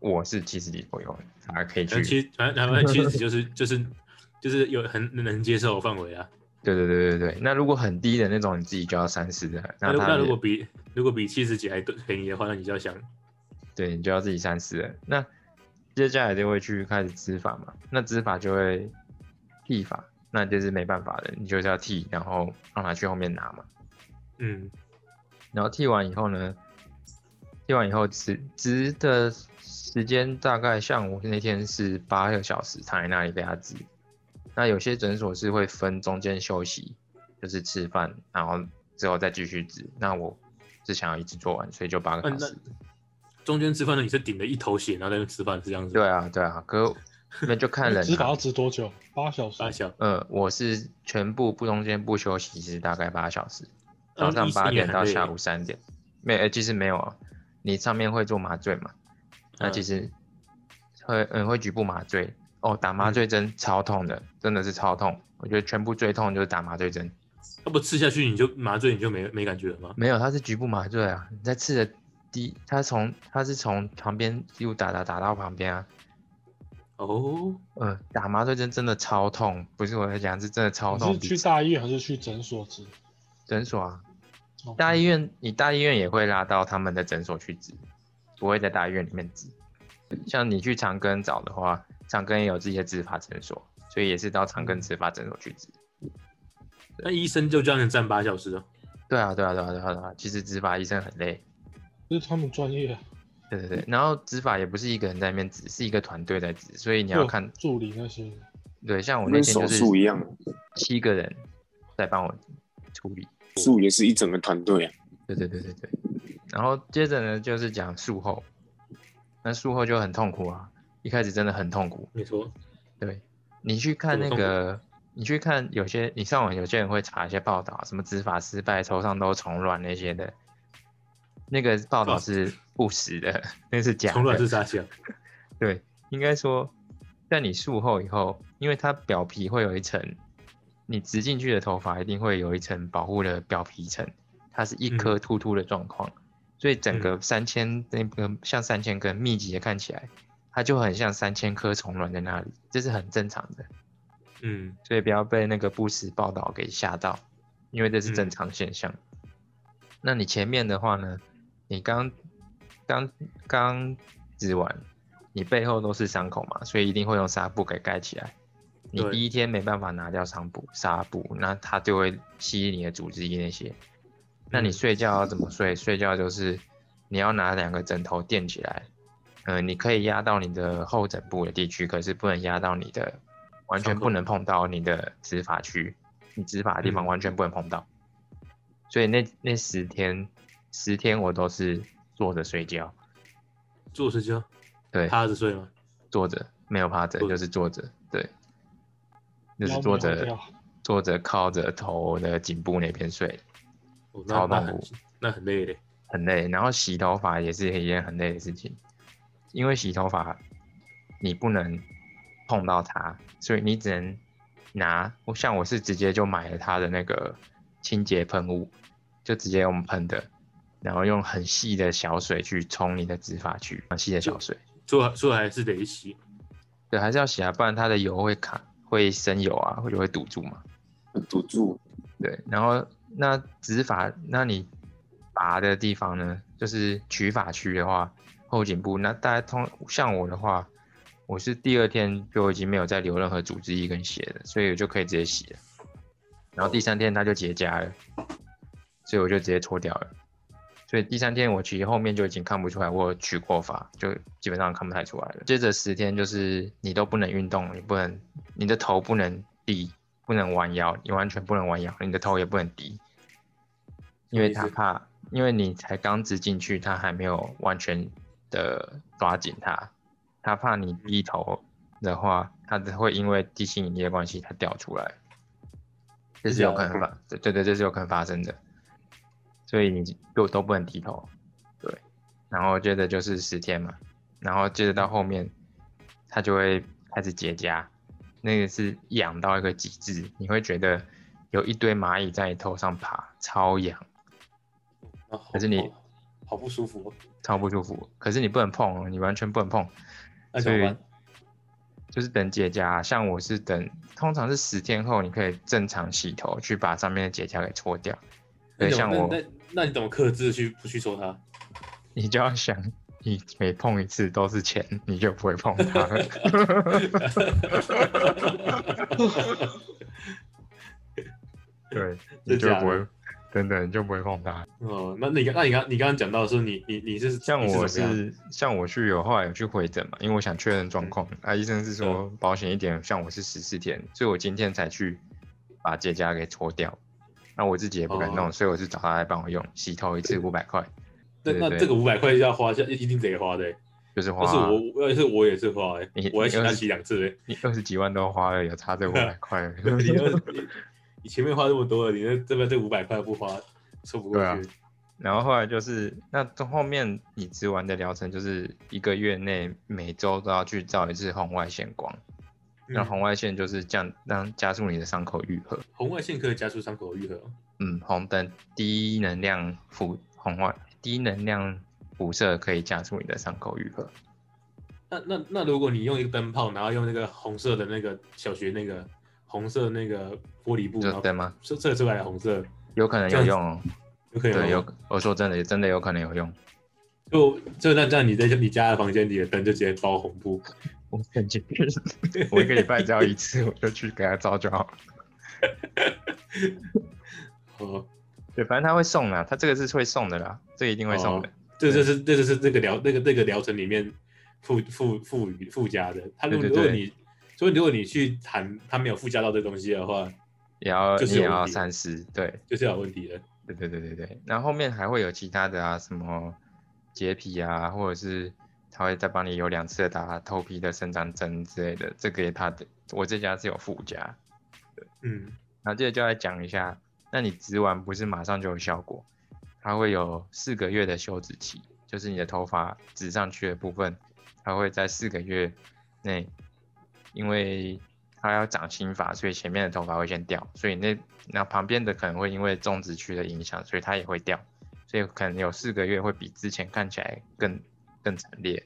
A: 我是起司鸡头油，大家可以
C: 反正
A: 去。
C: 呃其实反正反正其实就是就是就是有很能接受的范围啊。
A: 对对对对对，那如果很低的那种，你自己就要三思的。
C: 那
A: 那
C: 如那
A: 它
C: 如果比如果比七十几还多便宜的话，那你就要想，
A: 对你就要自己三思了。那接下来就会去开始织法嘛，那织法就会剃法，那就是没办法的，你就是要剃，然后让他去后面拿嘛。
C: 嗯，
A: 然后剃完以后呢，剃完以后织织的时间大概像我那天是八个小时躺在那里给他织。那有些诊所是会分中间休息，就是吃饭，然后之后再继续织。那我是想要一直做完，所以就八个
C: 那
A: 小时。
C: 那中间吃饭的你是顶着一头血，然后在那边吃饭是这样子。
A: 对，啊，对啊，可那就看 人、
D: 执法
A: 啊
D: 要。执多久？八小时
C: 八。小
A: 呃，我是全部不中间不休息，是大概八小时，
C: 那
A: 早上
C: 啊
D: 嗯
C: 医生
A: 八
C: 也
A: 点
C: 很
A: 到
C: 累
A: 下午三点。没，呃其实没有啊，你上面会做麻醉嘛？那
C: 嗯
A: 其实会，嗯，会局部麻醉。哦，打
D: 嗯
A: 麻醉针超痛的，真的是超痛。我觉得全部最痛就是打麻醉针。
C: 啊那不吃下去你就麻醉你就没没感觉了吗？
A: 没有，它是局部麻醉啊，你在刺的第，它从它是从旁边一路打打打到旁边啊。
C: 哦，
A: 嗯，打麻醉针真的超痛，不是我在讲，是真的超
D: 你
A: 痛
D: 是
A: 比。
D: 去大医院还是去诊所治？
A: 诊所啊，
D: 哦
A: 大医院，你大医院也会拉到他们的诊所去治，不会在大医院里面治。像你去长庚找的话，长庚也有自己的执法诊所，所以也是到长庚执法诊所去治。
C: 那医生就叫你站八小时哦。
A: 对啊，对啊，对啊，对啊，对啊。其实执法医生很累，
D: 就是他们专业啊，
A: 对对对。然后执法也不是一个人在那边治，是一个团队在治，所以你要
D: 会有
A: 看，
D: 助理那些。
A: 对，像我那
B: 跟
A: 天就
B: 手
A: 是
B: 术一样，
A: 七个人在帮我处理。
B: 术也是一整个团队啊。
A: 对对对对对。然后接着呢，就是讲术后，那术后就很痛苦啊，一开始真的很痛苦。
C: 没错，
A: 对，你去看
C: 这
A: 那
C: 么痛苦
A: 个，你去看有些，你上网有些人会查一些报道，什么执法失败、头上都虫卵那些的，那个报道
C: 哦
A: 是不实的，那是假
C: 从来
A: 的。
C: 是傻笑。
A: 对，应该说，在你术后以后，因为它表皮会有一层，你植进去的头发一定会有一层保护的表皮层，它是一
C: 嗯
A: 颗秃秃的状况，所以整个三千那个像三千根密集的看起来，它就很像三千颗虫卵在那里，这是很正常的，
C: 嗯，
A: 所以不要被那个不实报道给吓到，因为这是正
C: 嗯
A: 常现象。那你前面的话呢，你刚刚刚指完，你背后都是伤口嘛，所以一定会用纱布给盖起来。你
C: 对
A: 第一天没办法拿掉纱布，纱布，那它就会吸你的组织液那些。那你
C: 嗯
A: 睡觉要怎么睡？睡觉就是你要拿两个枕头垫起来，嗯、你可以压到你的后枕部的地区，可是不能压到你的，完全
C: 伤口
A: 不能碰到你的指法区，你指法的地方
C: 嗯
A: 完全不能碰到。所以那那十天，十天我都是坐着睡觉，
C: 坐着就
A: 对，
C: 趴着睡吗？
A: 坐着没有趴着，
C: 坐着
A: 就是坐着，对，就是
D: 腰
A: 坐
D: 没有
A: 着
D: 掉
A: 坐着靠着头的颈部那边睡，
C: 哦，
A: 超
C: 那
A: 痛
C: 那很
A: 苦
C: 那很累嘞。
A: 很累。然后洗头发也是一件很累的事情，因为洗头发你不能碰到它，所以你只能拿。我像我是直接就买了它的那个清洁喷雾，就直接用喷的，然后用很细的小水去冲你的直发区，很细的小水。
C: 做做还是得洗。
A: 对，还是要洗啊，不然它的油会卡，会生油啊，或者会堵住嘛。
B: 赌注
A: 对，然后那执法，那你拔的地方呢，就是取法区的话，后颈部，那大家通像我的话，我是第二天就已经没有再留任何组织液跟血了，所以我就可以直接洗了。然后第三天它就结痂了，所以我就直接搓掉了。所以第三天我其实后面就已经看不出来我有取过法，就基本上看不太出来了。接着十天就是你都不能运动，你不能，你的头不能低，不能弯腰，你完全不能弯腰，你的头也不能低，因为
C: 什
A: 他
C: 么意思
A: 怕，因为你才刚植进去，他还没有完全的抓紧它，他怕你低头的话，它只会因为地心引力的关系它掉出来，这是有可能发，对对对，这是有可能发生的，所以你就都不能低头，对，然后接着就是十天嘛，然后接着到后面，它就会开始结痂，那个是痒到一个极致，你会觉得有一堆蚂蚁在你头上爬，超痒。
C: 啊好
A: 可是你
C: 好好不舒服、哦，
A: 超不舒服。可是你不能碰哦，你完全不能碰，
C: 那
A: 所
C: 怎么
A: 以
C: 办？
A: 就是等结痂。像我是等，通常是十天后你可以正常洗头，去把上面的结痂给搓掉。对，
C: 哎那你怎
A: 像
C: 么
A: 我，
C: 那那那你怎么克制去不去戳它？
A: 你就要想，你每碰一次都是钱，你就不会碰它 了。对，你就不会，真的你就不会碰它。
C: 哦，那你刚那你刚你刚刚讲到说你你你是
A: 像
C: 你
A: 我
C: 怎么样
A: 是像我去有后来有去回诊嘛，因为我想确认状
C: 嗯
A: 况，啊医生是说保险一点，像我是十四天，所以我今天才去把结痂给搓掉。那我自己也不敢弄，
C: 哦
A: 所以我是找他来帮我用，洗头一次五百块，
C: 那
A: 对
C: 那
A: 对
C: 这个五百块要花下，一定得花的欸。
A: 就是
C: 但
A: 花
C: 是我要是我也是花哎
A: 你，
C: 我要洗
A: 你
C: 它
A: 二十
C: 洗两 次哎。？
A: 你二十几万都花了，有差这五百块 吗
C: 对你要你你前面花这么多了，你那这边这五百块不花，说不过
A: 对啊
C: 去。嗯
A: 然后后来就是，那后面你植完的疗程就是一个月内每周都要去照一次红外线光，那
C: 嗯
A: 红外线就是降让加速你的伤口愈合。
C: 红外线可以加速伤口愈合哦。
A: 嗯，红灯低能量辐红外低能量辐射可以加速你的伤口愈合。
C: 那那那如果你用一个灯泡，然后用那个红色的那个小学那个红色那个玻璃布，
A: 这
C: 然后
A: 对吗？
C: 射射出来的红色，
A: 有可能有用哦，
C: 就可以吗
A: 对，有我说真的，真的有可能有用。
C: 就就那这样，你在你家的房间里的灯就直接包红布，
A: 我感觉 我一个礼拜只要一次，我就去给他照就好了。
C: 哦，
A: 对，反正他会送啦，他这个是会送的啦，这个一定会送的。
C: 这这是这就是这个疗那个那个疗程里面附附附予附加的。他如
A: 对
C: 果
A: 对
C: 如果
A: 对
C: 你所以如果你去谈他没有附加到这东西的话，
A: 也要
C: 就是
A: 你也
C: 有问
A: 要
C: 题
A: 三思，对，
C: 就是有问题的。
A: 对对对对对，然后后面还会有其他的啊，什么洁癖啊，或者是他会再帮你有两次的打头皮的生长针之类的，这个也他的，我这家是有附加。
C: 嗯，
A: 然后接着就来讲一下，那你植完不是马上就有效果，它会有四个月的休止期，就是你的头发植上去的部分，它会在四个月内，因为它要长新发，所以前面的头发会先掉，所以那那旁边的可能会因为种植区的影响，所以它也会掉，所以可能有四个月会比之前看起来更更惨烈。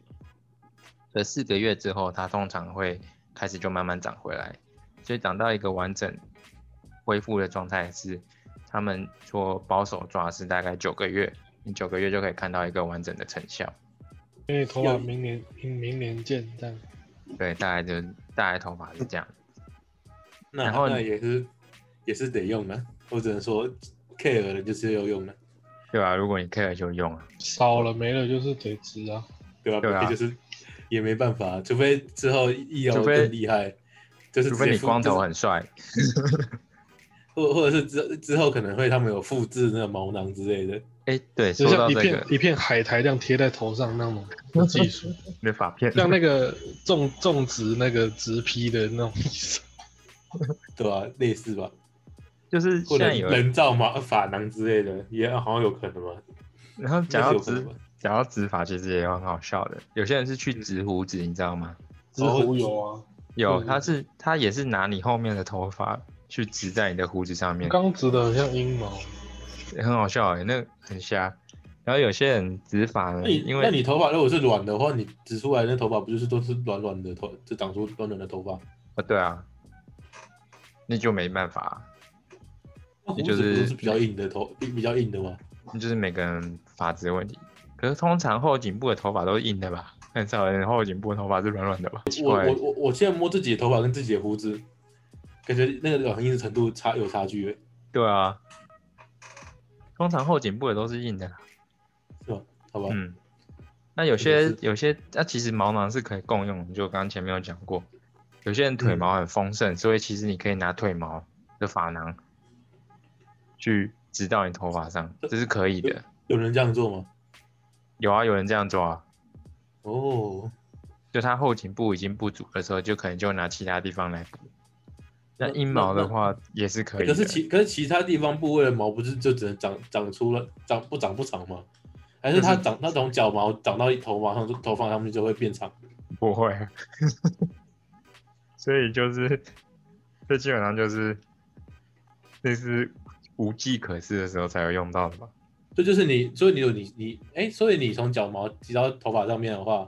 A: 而四个月之后，它通常会开始就慢慢长回来，所以长到一个完整恢复的状态是，他们说保守抓是大概九个月，你九个月就可以看到一个完整的成效。
D: 因为头发明年明明年见这样。
A: 对，大概就大概头发是这样。
C: 那
A: 然后
C: 那也是也是得用的，我只能说 care 的就是要用啊的，
A: 对吧、如果你 care 就用啊，
D: 少了没了就是得值啊，
C: 对吧？
A: 对啊
C: 不然就是也没办法，除非之后医疗
A: 除非
C: 更厉害，就是
A: 除
C: 直接
A: 非你
C: 复
A: 光
C: 就是
A: 头很啊帅，
C: 或或者是之之后可能会他们有复制那个毛囊之类的，
A: 哎、对，
D: 就
A: 说到
D: 像一
A: 这
D: 片
A: 个，
D: 一片海苔这样贴在头上那种技术，
A: 你的发片，
D: 像那个种种植那个植批的那种意思。
C: 对吧、类似吧，
A: 就是现
C: 或者
A: 在有，
C: 人造毛发囊之类的，也好像有可能吧。
A: 然后讲到
C: 应该是有可
A: 植
C: 能吧
A: 讲到植发，其实也有很好笑的，有些人是去植胡子，你知道吗？
D: 知乎有啊，
A: 哦有，
D: 嗯
A: 他是他也是拿你后面的头发去植在你的胡子上面，
D: 刚植的很像阴毛，
A: 也很好笑哎、那个很瞎。然后有些人植发
C: 那
A: 呢，
C: 你
A: 因
C: 那
A: 为
C: 你头发如果是软的话，你指出来那头发不就是都是软软的头，就长出软软的头发？
A: 啊，对啊，那就没办法啊、
C: 那胡
A: 也
C: 子
A: 就
C: 不
A: 是
C: 都是比较硬的头，比比较硬的嘛。
A: 那就是每个人发质的问题。可是通常后颈部的头发都是硬的吧？很少人后颈部的头发是软软的吧？奇
C: 我
A: 怪
C: 我，我我现在摸自己的头发跟自己的胡子，感觉那个软硬的程度差有差距欸，
A: 对啊，通常后颈部的都是硬的啦。
C: 是吧？好吧，
A: 嗯，那有
C: 也
A: 些
C: 哦是
A: 有些，那、其实毛囊是可以共用的，就刚刚前面有讲过，有些人腿
C: 嗯
A: 毛很丰盛，所以其实你可以拿腿毛的发囊去植到你头发上，这是可以的。
C: 有人这样做吗？
A: 有啊，有人这样做啊。
C: 哦，
A: 就它后颈部已经不足的时候，就可能就拿其他地方来补。那
C: 那
A: 阴毛的话也是可以的，啊
C: 可是其可是其他地方部位的毛不是就只能长长出了长不长不长吗？还是它
A: 就是
C: 长那种角毛长到一头毛上头发上面就会变长？
A: 不会啊。所以就是，这基本上就是，这是无计可施的时候才会用到的吧？
C: 这就是你，所以你有你你哎，所以你从脚毛提到头发上面的话，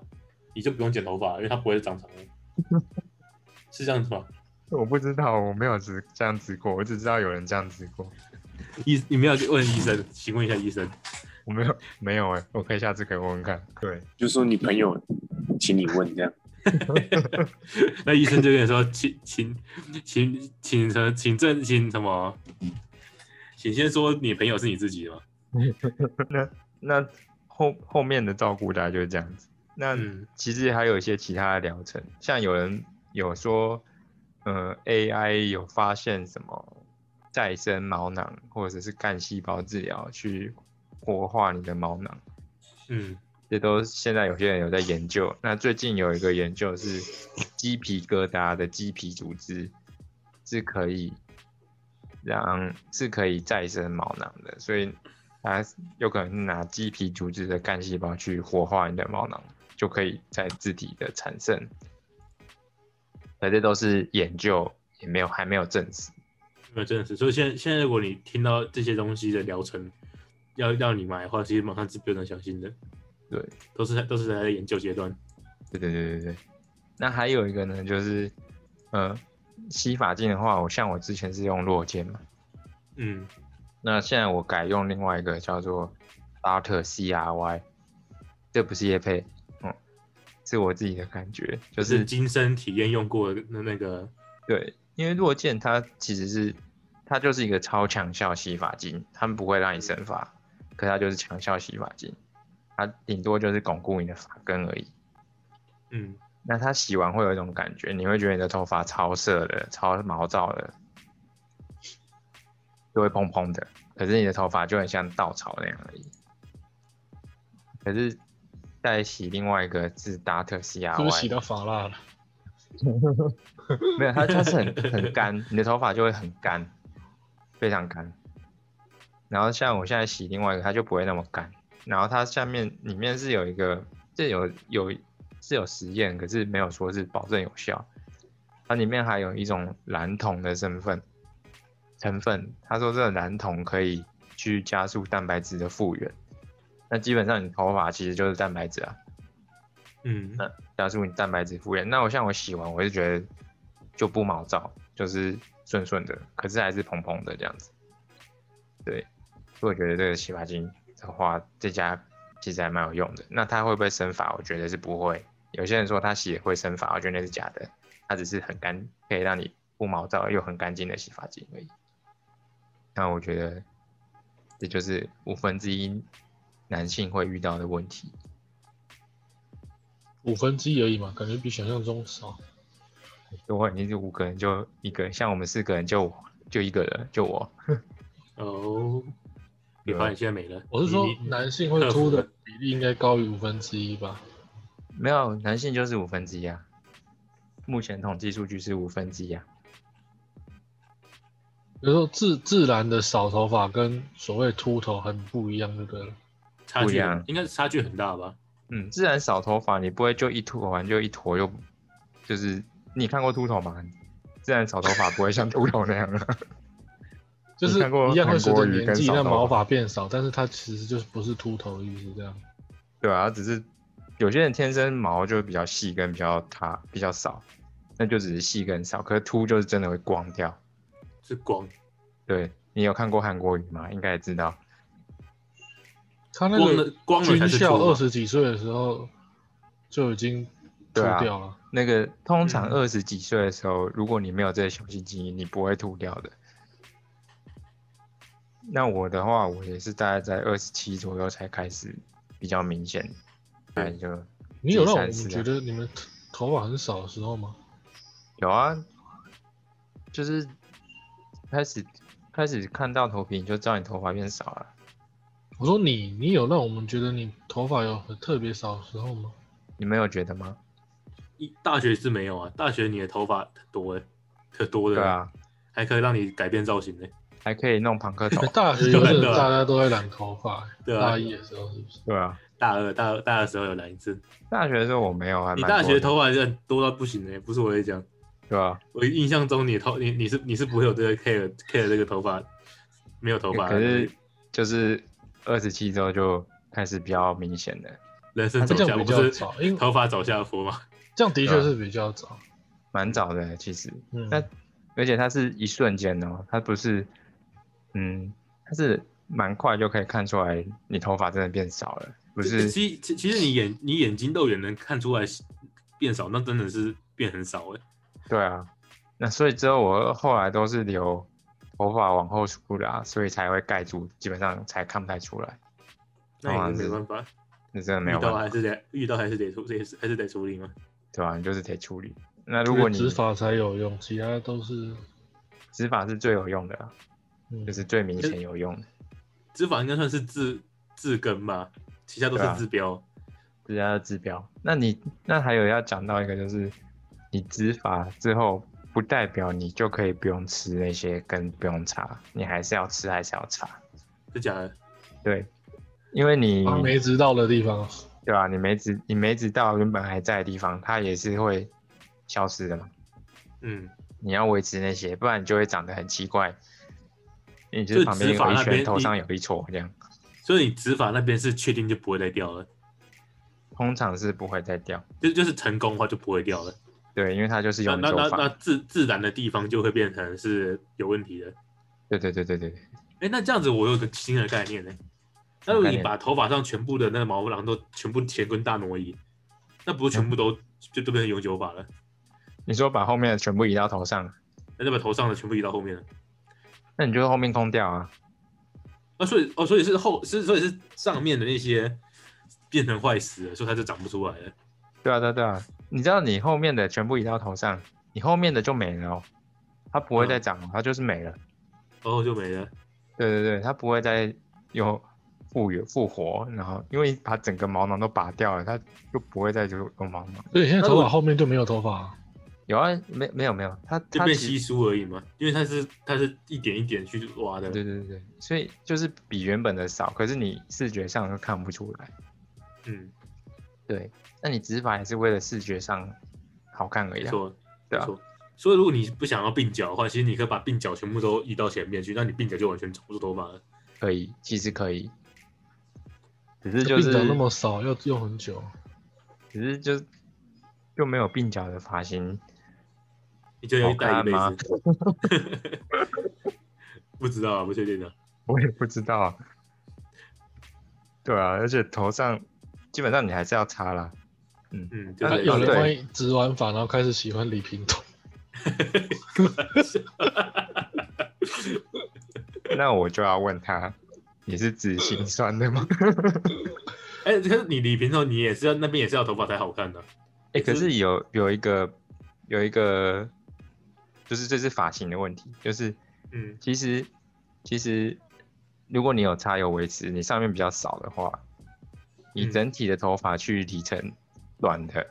C: 你就不用剪头发，因为它不会长长的， 是这样子吗？
A: 我不知道，我没有只这样子过，我只知道有人这样子过，
C: 医你们要去问医生，询问一下医生。
A: 我没有 没有哎、我可以下次可以问问看。对，
B: 就说你朋友，请你问这样。
C: 那医生就跟你说，请请请请什么请证请什么，请先说你朋友是你自己的嘛。
A: 那后后面的照顾大概就是这样子。那、
C: 嗯
A: 其实还有一些其他的疗程，像有人有说，呃，AI 有发现什么再生毛囊或者是干细胞治疗去活化你的毛囊，
C: 嗯，
A: 这都现在有些人有在研究。那最近有一个研究是鸡皮疙瘩的鸡皮组织是可以让是可以再生毛囊的，所以它有可能拿鸡皮组织的干细胞去活化你的毛囊，就可以在自体的产生。可这都是研究，也没有还没有证实。
C: 没有嗯真的是。所以现在现在如果你听到这些东西的疗程，要要你买的话，其实马上是不用相信的。
A: 对，
C: 都是都是还在研究阶段。
A: 对对对对对。那还有一个呢，就是呃，吸法镜的话，我像我之前是用落肩嘛，
C: 嗯，
A: 那现在我改用另外一个叫做 Starter CRY，这不是叶配，嗯，是我自己的感觉，就
C: 就是
A: 是
D: 嗯
C: 亲身体验用过的那那个，
A: 对，因为弱健它其实是它就是一个超强效洗发精，他们不会让你生发，可它就是强效洗发精，它顶多就是巩固你的发根而已。
C: 嗯，
A: 那它洗完会有一种感觉，你会觉得你的头发超涩的、超毛躁的，就会蓬蓬的。可是你的头发就很像稻草那样而已。可是再洗另外一个是达特西亚
D: 是不是洗
A: 外，
D: 到发蜡了？
A: 没有它它是很很干，你的头发就会很干，非常干。然后像我现在洗另外一个，它就不会那么干。然后它下面里面是有一个，这有有是有实验，可是没有说是保证有效。它里面还有一种蓝酮的成分，成分，他说这个蓝酮可以去加速蛋白质的复原。那基本上你头发其实就是蛋白质啊，
C: 嗯，
A: 那加速你蛋白质复原。那我像我洗完，我就觉得就不毛躁，就是顺顺的，可是还是蓬蓬的这样子。对，所以我觉得这个洗发精的话，这家其实还蛮有用的。那它会不会生发？我觉得是不会。有些人说它洗也会生发，我觉得那是假的，它只是很干，可以让你不毛躁又很干净的洗发精而已。那我觉得这就是五分之一男性会遇到的问题。
D: 五分之一而已嘛，感觉比想象中少。
A: 我已经是五个人就一个，像我们四个人就我就一个人，就我。
C: 哦，你
A: 有
C: 发现现在没了。
D: 啊我是说
C: 你你
D: 男性会秃的比例应该高于五分之一吧？
A: 没有男性就是五分之一啊，目前统计数据是五分之一啊。
D: 比如说自自然的少头发跟所谓秃头很不一样，就对了。
C: 差
A: 不一
C: 距
A: 样
C: 应该是差距很大吧？
A: 嗯，自然少头发，你不会就一秃完就一坨又，就是你看过秃头吗？自然少头发不会像秃头那样啊的。
D: 就是
A: 你看过
D: 一样会随着
A: 韩国瑜
D: 年
A: 跟
D: 纪
A: 少头
D: 让
A: 发
D: 毛发变少，但是它其实就是不是秃头的意思，这样。
A: 对啊，只是有些人天生毛就比较细跟比较塌比较少，那就只是细跟少，可是秃就是真的会光掉。
C: 是光
A: 对你有看过韩国语吗？应该也知道。
D: 他那
C: 光
D: 个
C: 的光的才
D: 军
C: 是
D: 校
C: 秃
D: 二
C: 嘛。
D: 十几岁的时候就已经秃
A: 对啊
D: 掉了，
A: 那个通常
C: 嗯
A: 二十几岁的时候，如果你没有这些雄性基因，你不会秃掉的。那我的话，我也是大概在二十七左右才开始比较明显，大概就
D: 你有让我
A: 第
D: 们
A: 三次啊
D: 觉得你们头头发很少的时候吗？
A: 有啊，就是开始开始看到头皮，你就知道你头发变少了。
D: 我说你，你有让我们觉得你头发有很特别少的时 候吗？。
A: 你没有觉得吗？
C: 一大学是没有啊，大学你的头发很多 哎、可多的，
A: 对，啊，
C: 还可以让你改变造型呢、
A: 还可以弄朋克 头
D: 大学
C: 有
D: 有阵
C: 对啊
D: 大家都在染头发、欸
C: 对啊
D: 大一的时候是不是？
A: 对啊，
C: 大二、大二、大二的时候有染一次，
A: 大学的时候我没有，还蛮
C: 你
A: 多
C: 大学
A: 的
C: 头发真的多到不行哎、不是我会讲，
A: 对啊，
C: 我印象中你头你你是你是不会有这个 care care 这个头发没有头发，
A: 可是就是二十七周就开始比较明显的，
C: 人生
D: 这
C: 走
D: 样
C: 下
D: 比
C: 不
D: 较
C: 是
D: 早，因
C: 头发走下坡吗？
D: 这样的确是比较早。
A: 蛮早的欸其实。
D: 嗯，
A: 啊那而且它是一瞬间哦，它不是，嗯，它是蛮快就可以看出来你头发真的变少了，不是？
C: 其其其实你眼你眼睛肉眼能看出来变少，那真的是变很少哎、
A: 对啊，那所以之后我后来都是留头发往后梳的啊，所以才会盖住，基本上才看不太出来。
C: 那也是没
A: 哦
C: 办法，
A: 那真的没有
C: 遇
A: 办
C: 到
A: 法，
C: 还是得遇到还是得处，这也是还是得处理嘛。
A: 对吧、啊？你就是得处理。那如果你
D: 执法才有用，其他都是
A: 植发是最有用的、啊，
D: 嗯
A: 就是最明显有用的。
C: 植发应该算是治治根吧，其他都
A: 对啊
C: 是治标。
A: 这家的指标。那你那还有要讲到一个，就是你执法之后，不代表你就可以不用吃那些，跟不用擦，你还是要吃，还是要擦。
C: 是假的，
A: 对，因为你、
C: 啊
D: 他没知道的地方。
A: 对吧、你没指你没指到原本还在的地方，它也是会消失的嘛。
C: 嗯，
A: 你要维持那些，不然你就会长得很奇怪。你就
C: 就是是
A: 旁边
C: 植发
A: 有一
C: 那边
A: 圈，头
C: 你
A: 上有一撮这样，
C: 所以你植发那边是确定就不会再掉了，
A: 通常是不会再掉。
C: 就就是成功的话就不会掉了。
A: 对，因为它就是
C: 那
A: 永
C: 那
A: 久
C: 那那
A: 法。
C: 自自然的地方就会变成是有问题的。
A: 对对对对对，对
C: 哎，那这样子我有个新的概念呢。那如果你把头发上全部的那个毛囊都全部填跟大挪移，那
A: 嗯
C: 不是全部都、就都变成永久发了？
A: 你说把后面的全部移到头上，
C: 那就把头上的全部移到后面了。
A: 那你就后面空掉啊。
C: 啊，所以哦，所以是后是所以是上面的那些变成坏死了，所以它就长不出来了。
A: 对啊，对啊，对啊，你知道你后面的全部移到头上，你后面的就没了、哦，它不
C: 嗯
A: 会再长、哦，它就是没了。
C: 然哦后就没了。
A: 对对对，它不会再有复原复活，然后因为把整个毛囊都拔掉了，它就不会再有有毛囊。
D: 所以现在
C: 那
D: 头
C: 我
D: 发后面就没有头发啊，
A: 有啊，没没有没有，它
C: 就
A: 它
C: 变
A: 其
C: 稀
A: 实
C: 疏而已嘛，因为它是它是一点一点去挖的。
A: 对对对，所以就是比原本的少，可是你视觉上都看不出来。
C: 嗯，
A: 对，那你植发也是为了视觉上好看而
C: 没
A: 已、啊，
C: 错，
A: 对
C: 没
A: 啊，
C: 错。所以如果你不想要鬓角的话，其实你可以把鬓角全部都移到前面去，那你鬓角就完全长不出头发了。
A: 可以，其实可以，只是就
D: 鬓
A: 是
D: 角那么少，要用很久。
A: 只是就就没有鬓角的发型，
C: 你就要戴一辈
A: 好
C: 子。 不知道啊，不确定的。
A: 我也不知道啊。对啊，而且头上基本上你还是要擦啦。
C: 嗯，就
A: 啊
D: 那
C: 是
D: 有人
A: 对
D: 万一植完发，然后开始喜欢李平头，
A: 那我就要问他，你是脂型酸的吗？
C: 哎、可是你理平头，你也是要那边也是要头发才好看的、啊
A: 哎、可
C: 可是
A: 是有有一个有一个，就是这是发型的问题，就是
C: 嗯，
A: 其实其实如果你有擦有维持，你上面比较少的话，你
C: 嗯
A: 整体的头发去理成短的，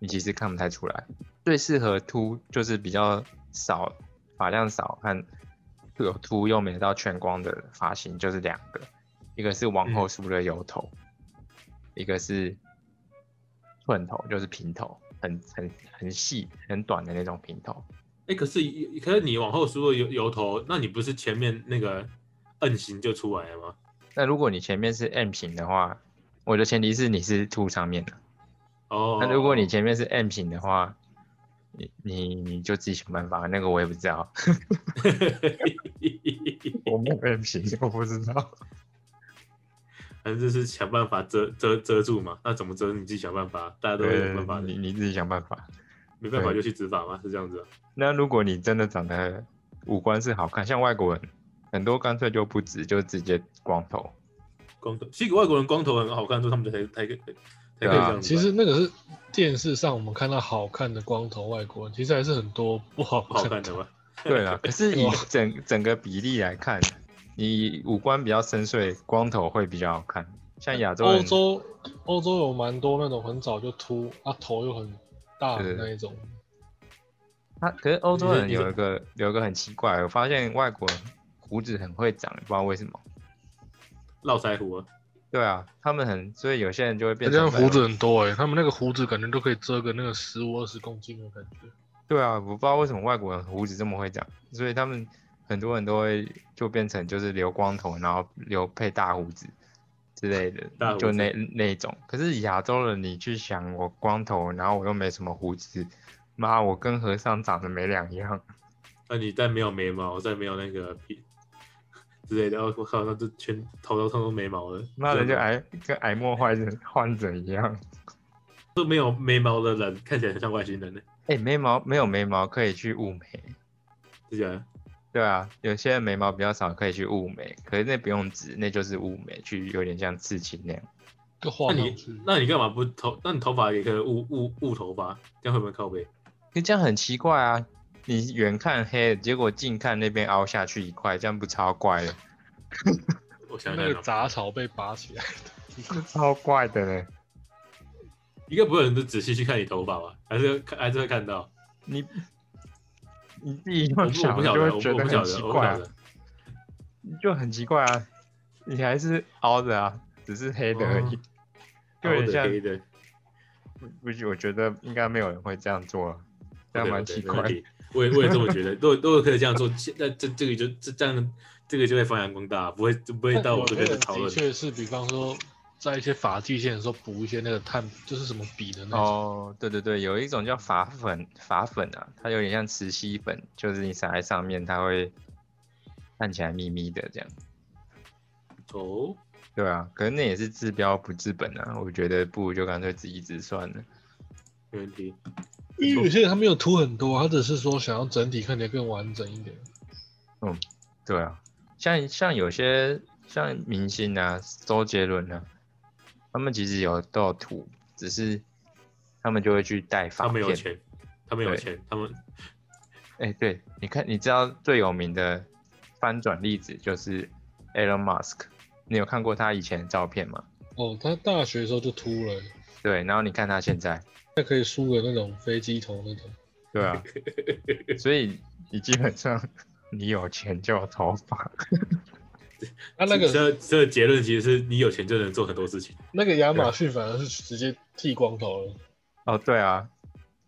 A: 你其实看不太出来。最适合秃就是比较少发量少和有秃又没到全光的发型，就是两个，一个是往
C: 嗯
A: 后梳的油头，一个是寸头，就是平头，很很很细很短的那种平头。
C: 哎、可是可是你往后梳了油油头，那你不是前面那个 N 型就出来了吗？
A: 那如果你前面是 M 型的话，我的前提是你是凸上面的。
C: 哦，
A: 那如果你前面是 M 型的话，你你你就自己想办法，那个我也不知道， 我没有 M 型，我不知道。
C: 反正就是想办法遮遮遮住嘛。那怎么遮？你自己想办法，大家都会想办法
A: 你
C: 的。
A: 你自己想办法。
C: 没办法
A: 对
C: 就去执法嘛，是这样子啊。
A: 那如果你真的长得五官是好看，像外国人很多干脆就不直，就直接光头。
C: 光头，其实外国人光头很好看，之后他们就才才可以才可以
A: 对啊
C: 这样子吧。
D: 其实那个是电视上我们看到好看的光头外国人，其实还是很多不好
C: 不好
D: 看
C: 看
D: 的。
C: 的吧？
A: 对啦，可是以
D: 哇
A: 整整个比例来看，你五官比较深邃，光头会比较好看。像亚洲人
D: 欧洲欧洲有蛮多那种很早就秃，啊头又很大的
A: 对
D: 那一种，
A: 他可是欧洲
C: 你是
A: 人
C: 你是
A: 有一个有一个很奇怪，我发现外国人胡子很会长，不知道为什么。
C: 络腮胡啊，
A: 对啊，他们很，所以有些人就会变
D: 人
A: 成
D: 家胡子。很多哎、他们那个胡子感觉都可以遮个那个十五二十公斤的感觉。
A: 对啊，我不知道为什么外国人胡子这么会长，所以他们很多人都会就变成就是留光头，然后留配大胡子之类
C: 大
A: 的，
C: 胡
A: 就
C: 子
A: 那那种。可是亚洲人，你去想我光头，然后我又没什么胡子，妈，我跟和尚长得没两样。
C: 那你再没有眉毛，再没有那个皮之类的，哦我靠，那这全头都通都眉毛了。
A: 那人就
C: 这样
A: 癌跟癌末患者 患者一样。
C: 都没有眉毛的人，看起来很像外星人呢，
A: 哎、眉毛没有眉毛可以去雾眉，
C: 是这样。
A: 对啊，有些人眉毛比较少可以去雾眉，可是那不用指，那就是雾眉，去有点像刺青那样。
C: 那
D: 就画上
C: 你
D: 去。
C: 那你干嘛不头？那你头发也可以雾雾雾头发，这样会不会靠背？
A: 可这样很奇怪啊！你远看黑，结果近看那边凹下去一块，这样不超怪的？
C: 我想想
D: 那
C: 哦
D: 个，杂草被拔起来，
A: 超怪的嘞！
C: 应该不会有人都仔细去看你头发吧？还是看还是会 看到？
A: 你你自己用
C: 我不我
A: 想
C: 不
A: 就
C: 晓得，我
A: 会
C: 不
A: 觉
C: 我
A: 得
C: 不晓
A: 很
C: 得，
A: 奇
C: 我不
A: 怪、
C: 晓
A: 啊，
C: 得。
A: 就很奇怪啊！你还是凹的啊，只是黑的而已，
C: 哦
A: 就有点
C: 凹的
A: 像
C: 黑的，
A: 不是，我觉得应该没有人会这样做啊，这样蛮奇怪
C: 的。
A: 的。
C: 没问题我也我也这么 觉得，如果如果可以这样做，其那这这个就这这样这个就会发扬光大，不会不会到我这边去讨
D: 的
C: 论。
D: 确是，比方说在一些法界线的时候补一些那个碳，就是什么笔的那种。
A: 哦，对对对，有一种叫发粉，发粉啊，它有点像磁吸粉，就是你撒在上面，它会看起来咪咪的这样。
C: 哦，
A: 对啊，可是那也是治标不治本啊。我觉得不如就干脆自己治算了。
C: 没问题。
D: 因为有些人他没有涂很多，他只是说想要整体看起来更完整一点。
A: 对啊，像像有些像明星啊，周杰伦啊，他们其实有都有涂，只是他们就会去戴发
C: 他们有
A: 片。
C: 钱，他们有
A: 对
C: 钱，他们
A: 哎、对，你看，你知道最有名的翻转例子就是 Elon Musk，你有看过他以前的照片吗？
D: 哦，他大学的时候就秃了，
A: 对，然后你看他现在，
D: 他可以梳个那种飞机头那种。
A: 对啊， 所以你基本上你有钱就有头发，
D: 他、啊那个
C: 这这个结论其实是你有钱就能做很多事情。
D: 那个亚
C: 啊
D: 马逊反而是直接剃光头了。
A: 哦，对啊，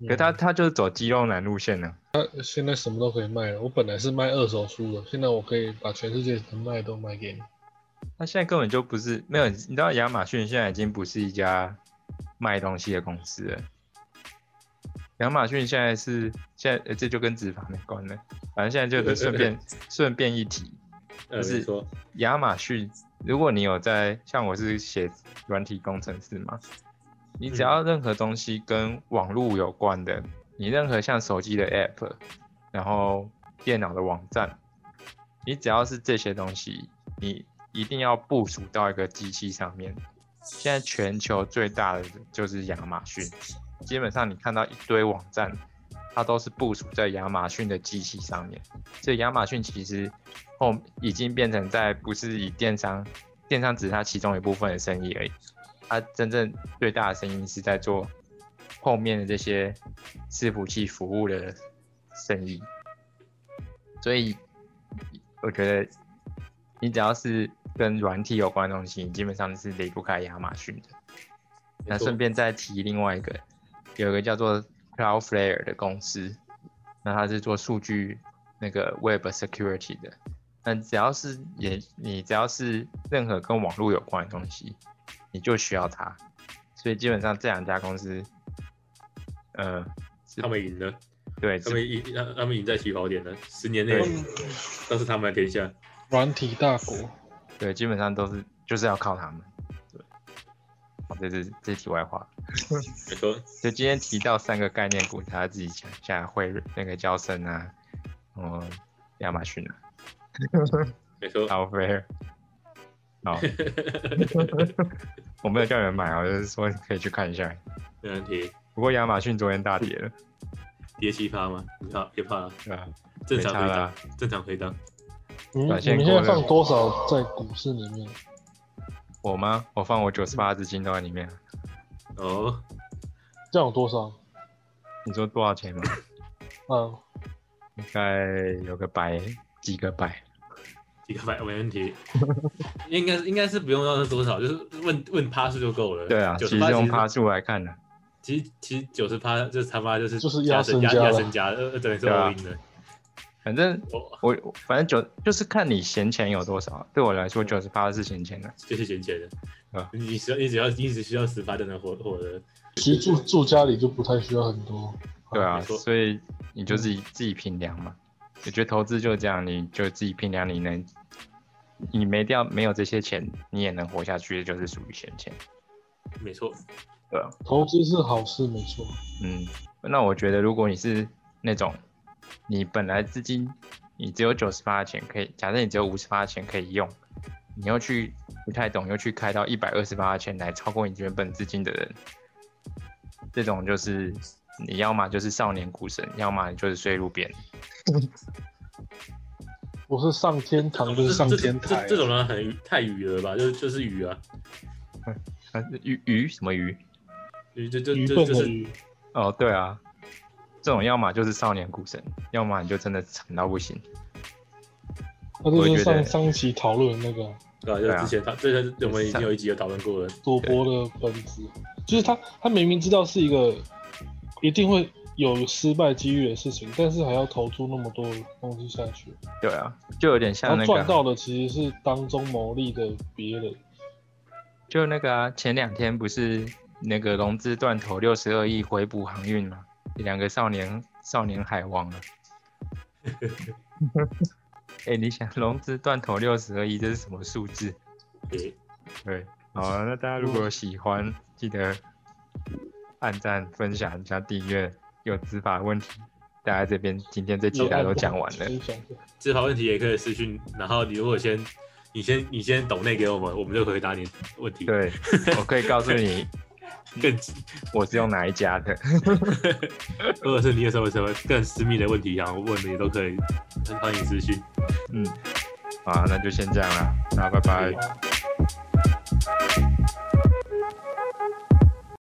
A: 可他他就是走肌肉男路线呢、
D: 他现在什么都可以卖了。我本来是卖二手书的，现在我可以把全世界能卖的都卖给你。
A: 他现在根本就不是没有，你知道亚马逊现在已经不是一家卖东西的公司了。亚马逊现在是现在、呃这就跟执法没关了，反正现在就得顺便顺便一提，
C: 呃，
A: 就是
C: 没错，
A: 亚马逊，如果你有在像我是写软体工程师嘛，你只要任何东西跟网络有关的，你任何像手机的 App，然后电脑的网站，你只要是这些东西，你一定要部署到一个机器上面。现在全球最大的就是亚马逊，基本上你看到一堆网站，它都是部署在亚马逊的机器上面。所以亚马逊其实后已经变成在不是以电商，电商只是它其中一部分的生意而已，它真正最大的生意是在做后面的这些伺服器服务的生意。所以我觉得你只要是跟软体有关的东西，你基本上是离不开亚马逊的。那顺便再提另外一个，有一个叫做 Cloudflare 的公司，那它是做数据那个 Web Security 的。那只要是也你只要是任何跟网络有关的东西，你就需要它。所以基本上这两家公司，呃，
C: 他们赢了，
A: 对，
C: 他
A: 是
C: 们赢，他他们赢在起跑点了，十年内
A: 对
C: 都是他们的天下。
D: 软体大国，
A: 对，基本上都是就是要靠他们。对，好，这是这是题外话。
C: 没错，
A: 就今天提到三个概念股，大家自己想一下，会那个交生啊，嗯，亚马逊啊，
C: 没错。
A: 高飞尔。好，我没有叫你们买啊，我就是说可以去看一下。
C: 没问题，
A: 不过亚马逊昨天大跌了，
C: 跌七趴吗？你怕别怕了，
A: 对吧？
C: 啊正常回
A: 没差啦
C: 档，正常回档。
D: 嗯你
A: 短
D: 你们
A: 线
D: 现
A: 过
D: 在
A: 热
D: 放多少在股市里面？
A: 我吗？我放我九十八只金都在里面。啊
C: 哦，
D: 这样有多少？
A: 你说多少钱吗？
D: 啊，
A: 应该有个百几个百。
C: 几个百没问 题，应该应该是不用到多少，就是问问趴数就够了。
A: 对啊，其
C: 九
A: 实
C: 十八
A: 用趴数来看的，
C: 其实其实九十趴就是他妈就是
D: 就是
C: 加
D: 压身
C: 压
D: 家了
C: 身家，呃，呃等于是
A: 对啊
C: all in 的。
A: 反正
C: 我
A: 我我反正九就是看你闲钱有多少，对我来
C: 嗯
A: 说九十八是闲钱了。
C: 就是闲钱的
A: 啊，
C: 你只要你只要你只需要十八就能活活的，
D: 其实住住家里就不太需要很多，
A: 对啊，
C: 没错嗯
A: 所以你就自己自己评量嘛。我觉得投资就这样，你就自己评量，你能，你没掉没有这些钱，你也能活下去，就是属于闲钱。
C: 没错，
A: 对啊，
D: 投资是好事没错。
A: 嗯，那我觉得如果你是那种，你本来资金你只有九十八钱可以，假设你只有五十八钱可以用，你又去不太懂，又去开到一百二十八钱来超过你原本资金的人，这种就是你要么就是少年股神，要么你就是睡路边。
D: 不是上天堂就是上
C: 这
D: 天
C: 这
D: 台
C: 这，这种人很太鱼了吧？就就是鱼啊，
A: 啊鱼鱼什么鱼？
C: 鱼就就
D: 愚
C: 就
D: 笨
C: 就
D: 的
C: 是
D: 愚，
A: 哦，对啊，这种要么就是少年股神，要么你就真的惨到不行。
D: 那这就
A: 我
D: 是
A: 觉得
D: 上上一期讨论的那个啊
C: 对啊，
A: 对啊
C: 就之前他这个我们已经有一集有讨论过了，
D: 赌博的本质，就是他他明明知道是一个一定会有失败几率的事情，但是还要投注那么多东西下去，
A: 对啊，就有点像
D: 然后
A: 那个
D: 赚
A: 啊、
D: 到的其实是当中牟利的别人。
A: 就那个啊，前两天不是那个融资断头六十二亿回补航运嘛，两个少年少年海王啊。 哎、你想融资断头六十二亿，这是什么数字？
C: 诶，
A: 对，好啊，那大家如果喜欢，记得按赞、分享加订阅。有执法问题，大家这边今天这集大家都讲完了，
D: 你讲过
C: 这好问题也可以私讯，然后你如果先你先你先抖内给我们，我们就回答你问题，
A: 对，我可以告诉你
C: 更
A: 我是用哪一家的。
C: 或者是你有什么什么更私密的问题想问的，也都可以欢迎私讯。
A: 嗯，好啊，那就先这样啦，那拜拜。
D: 啊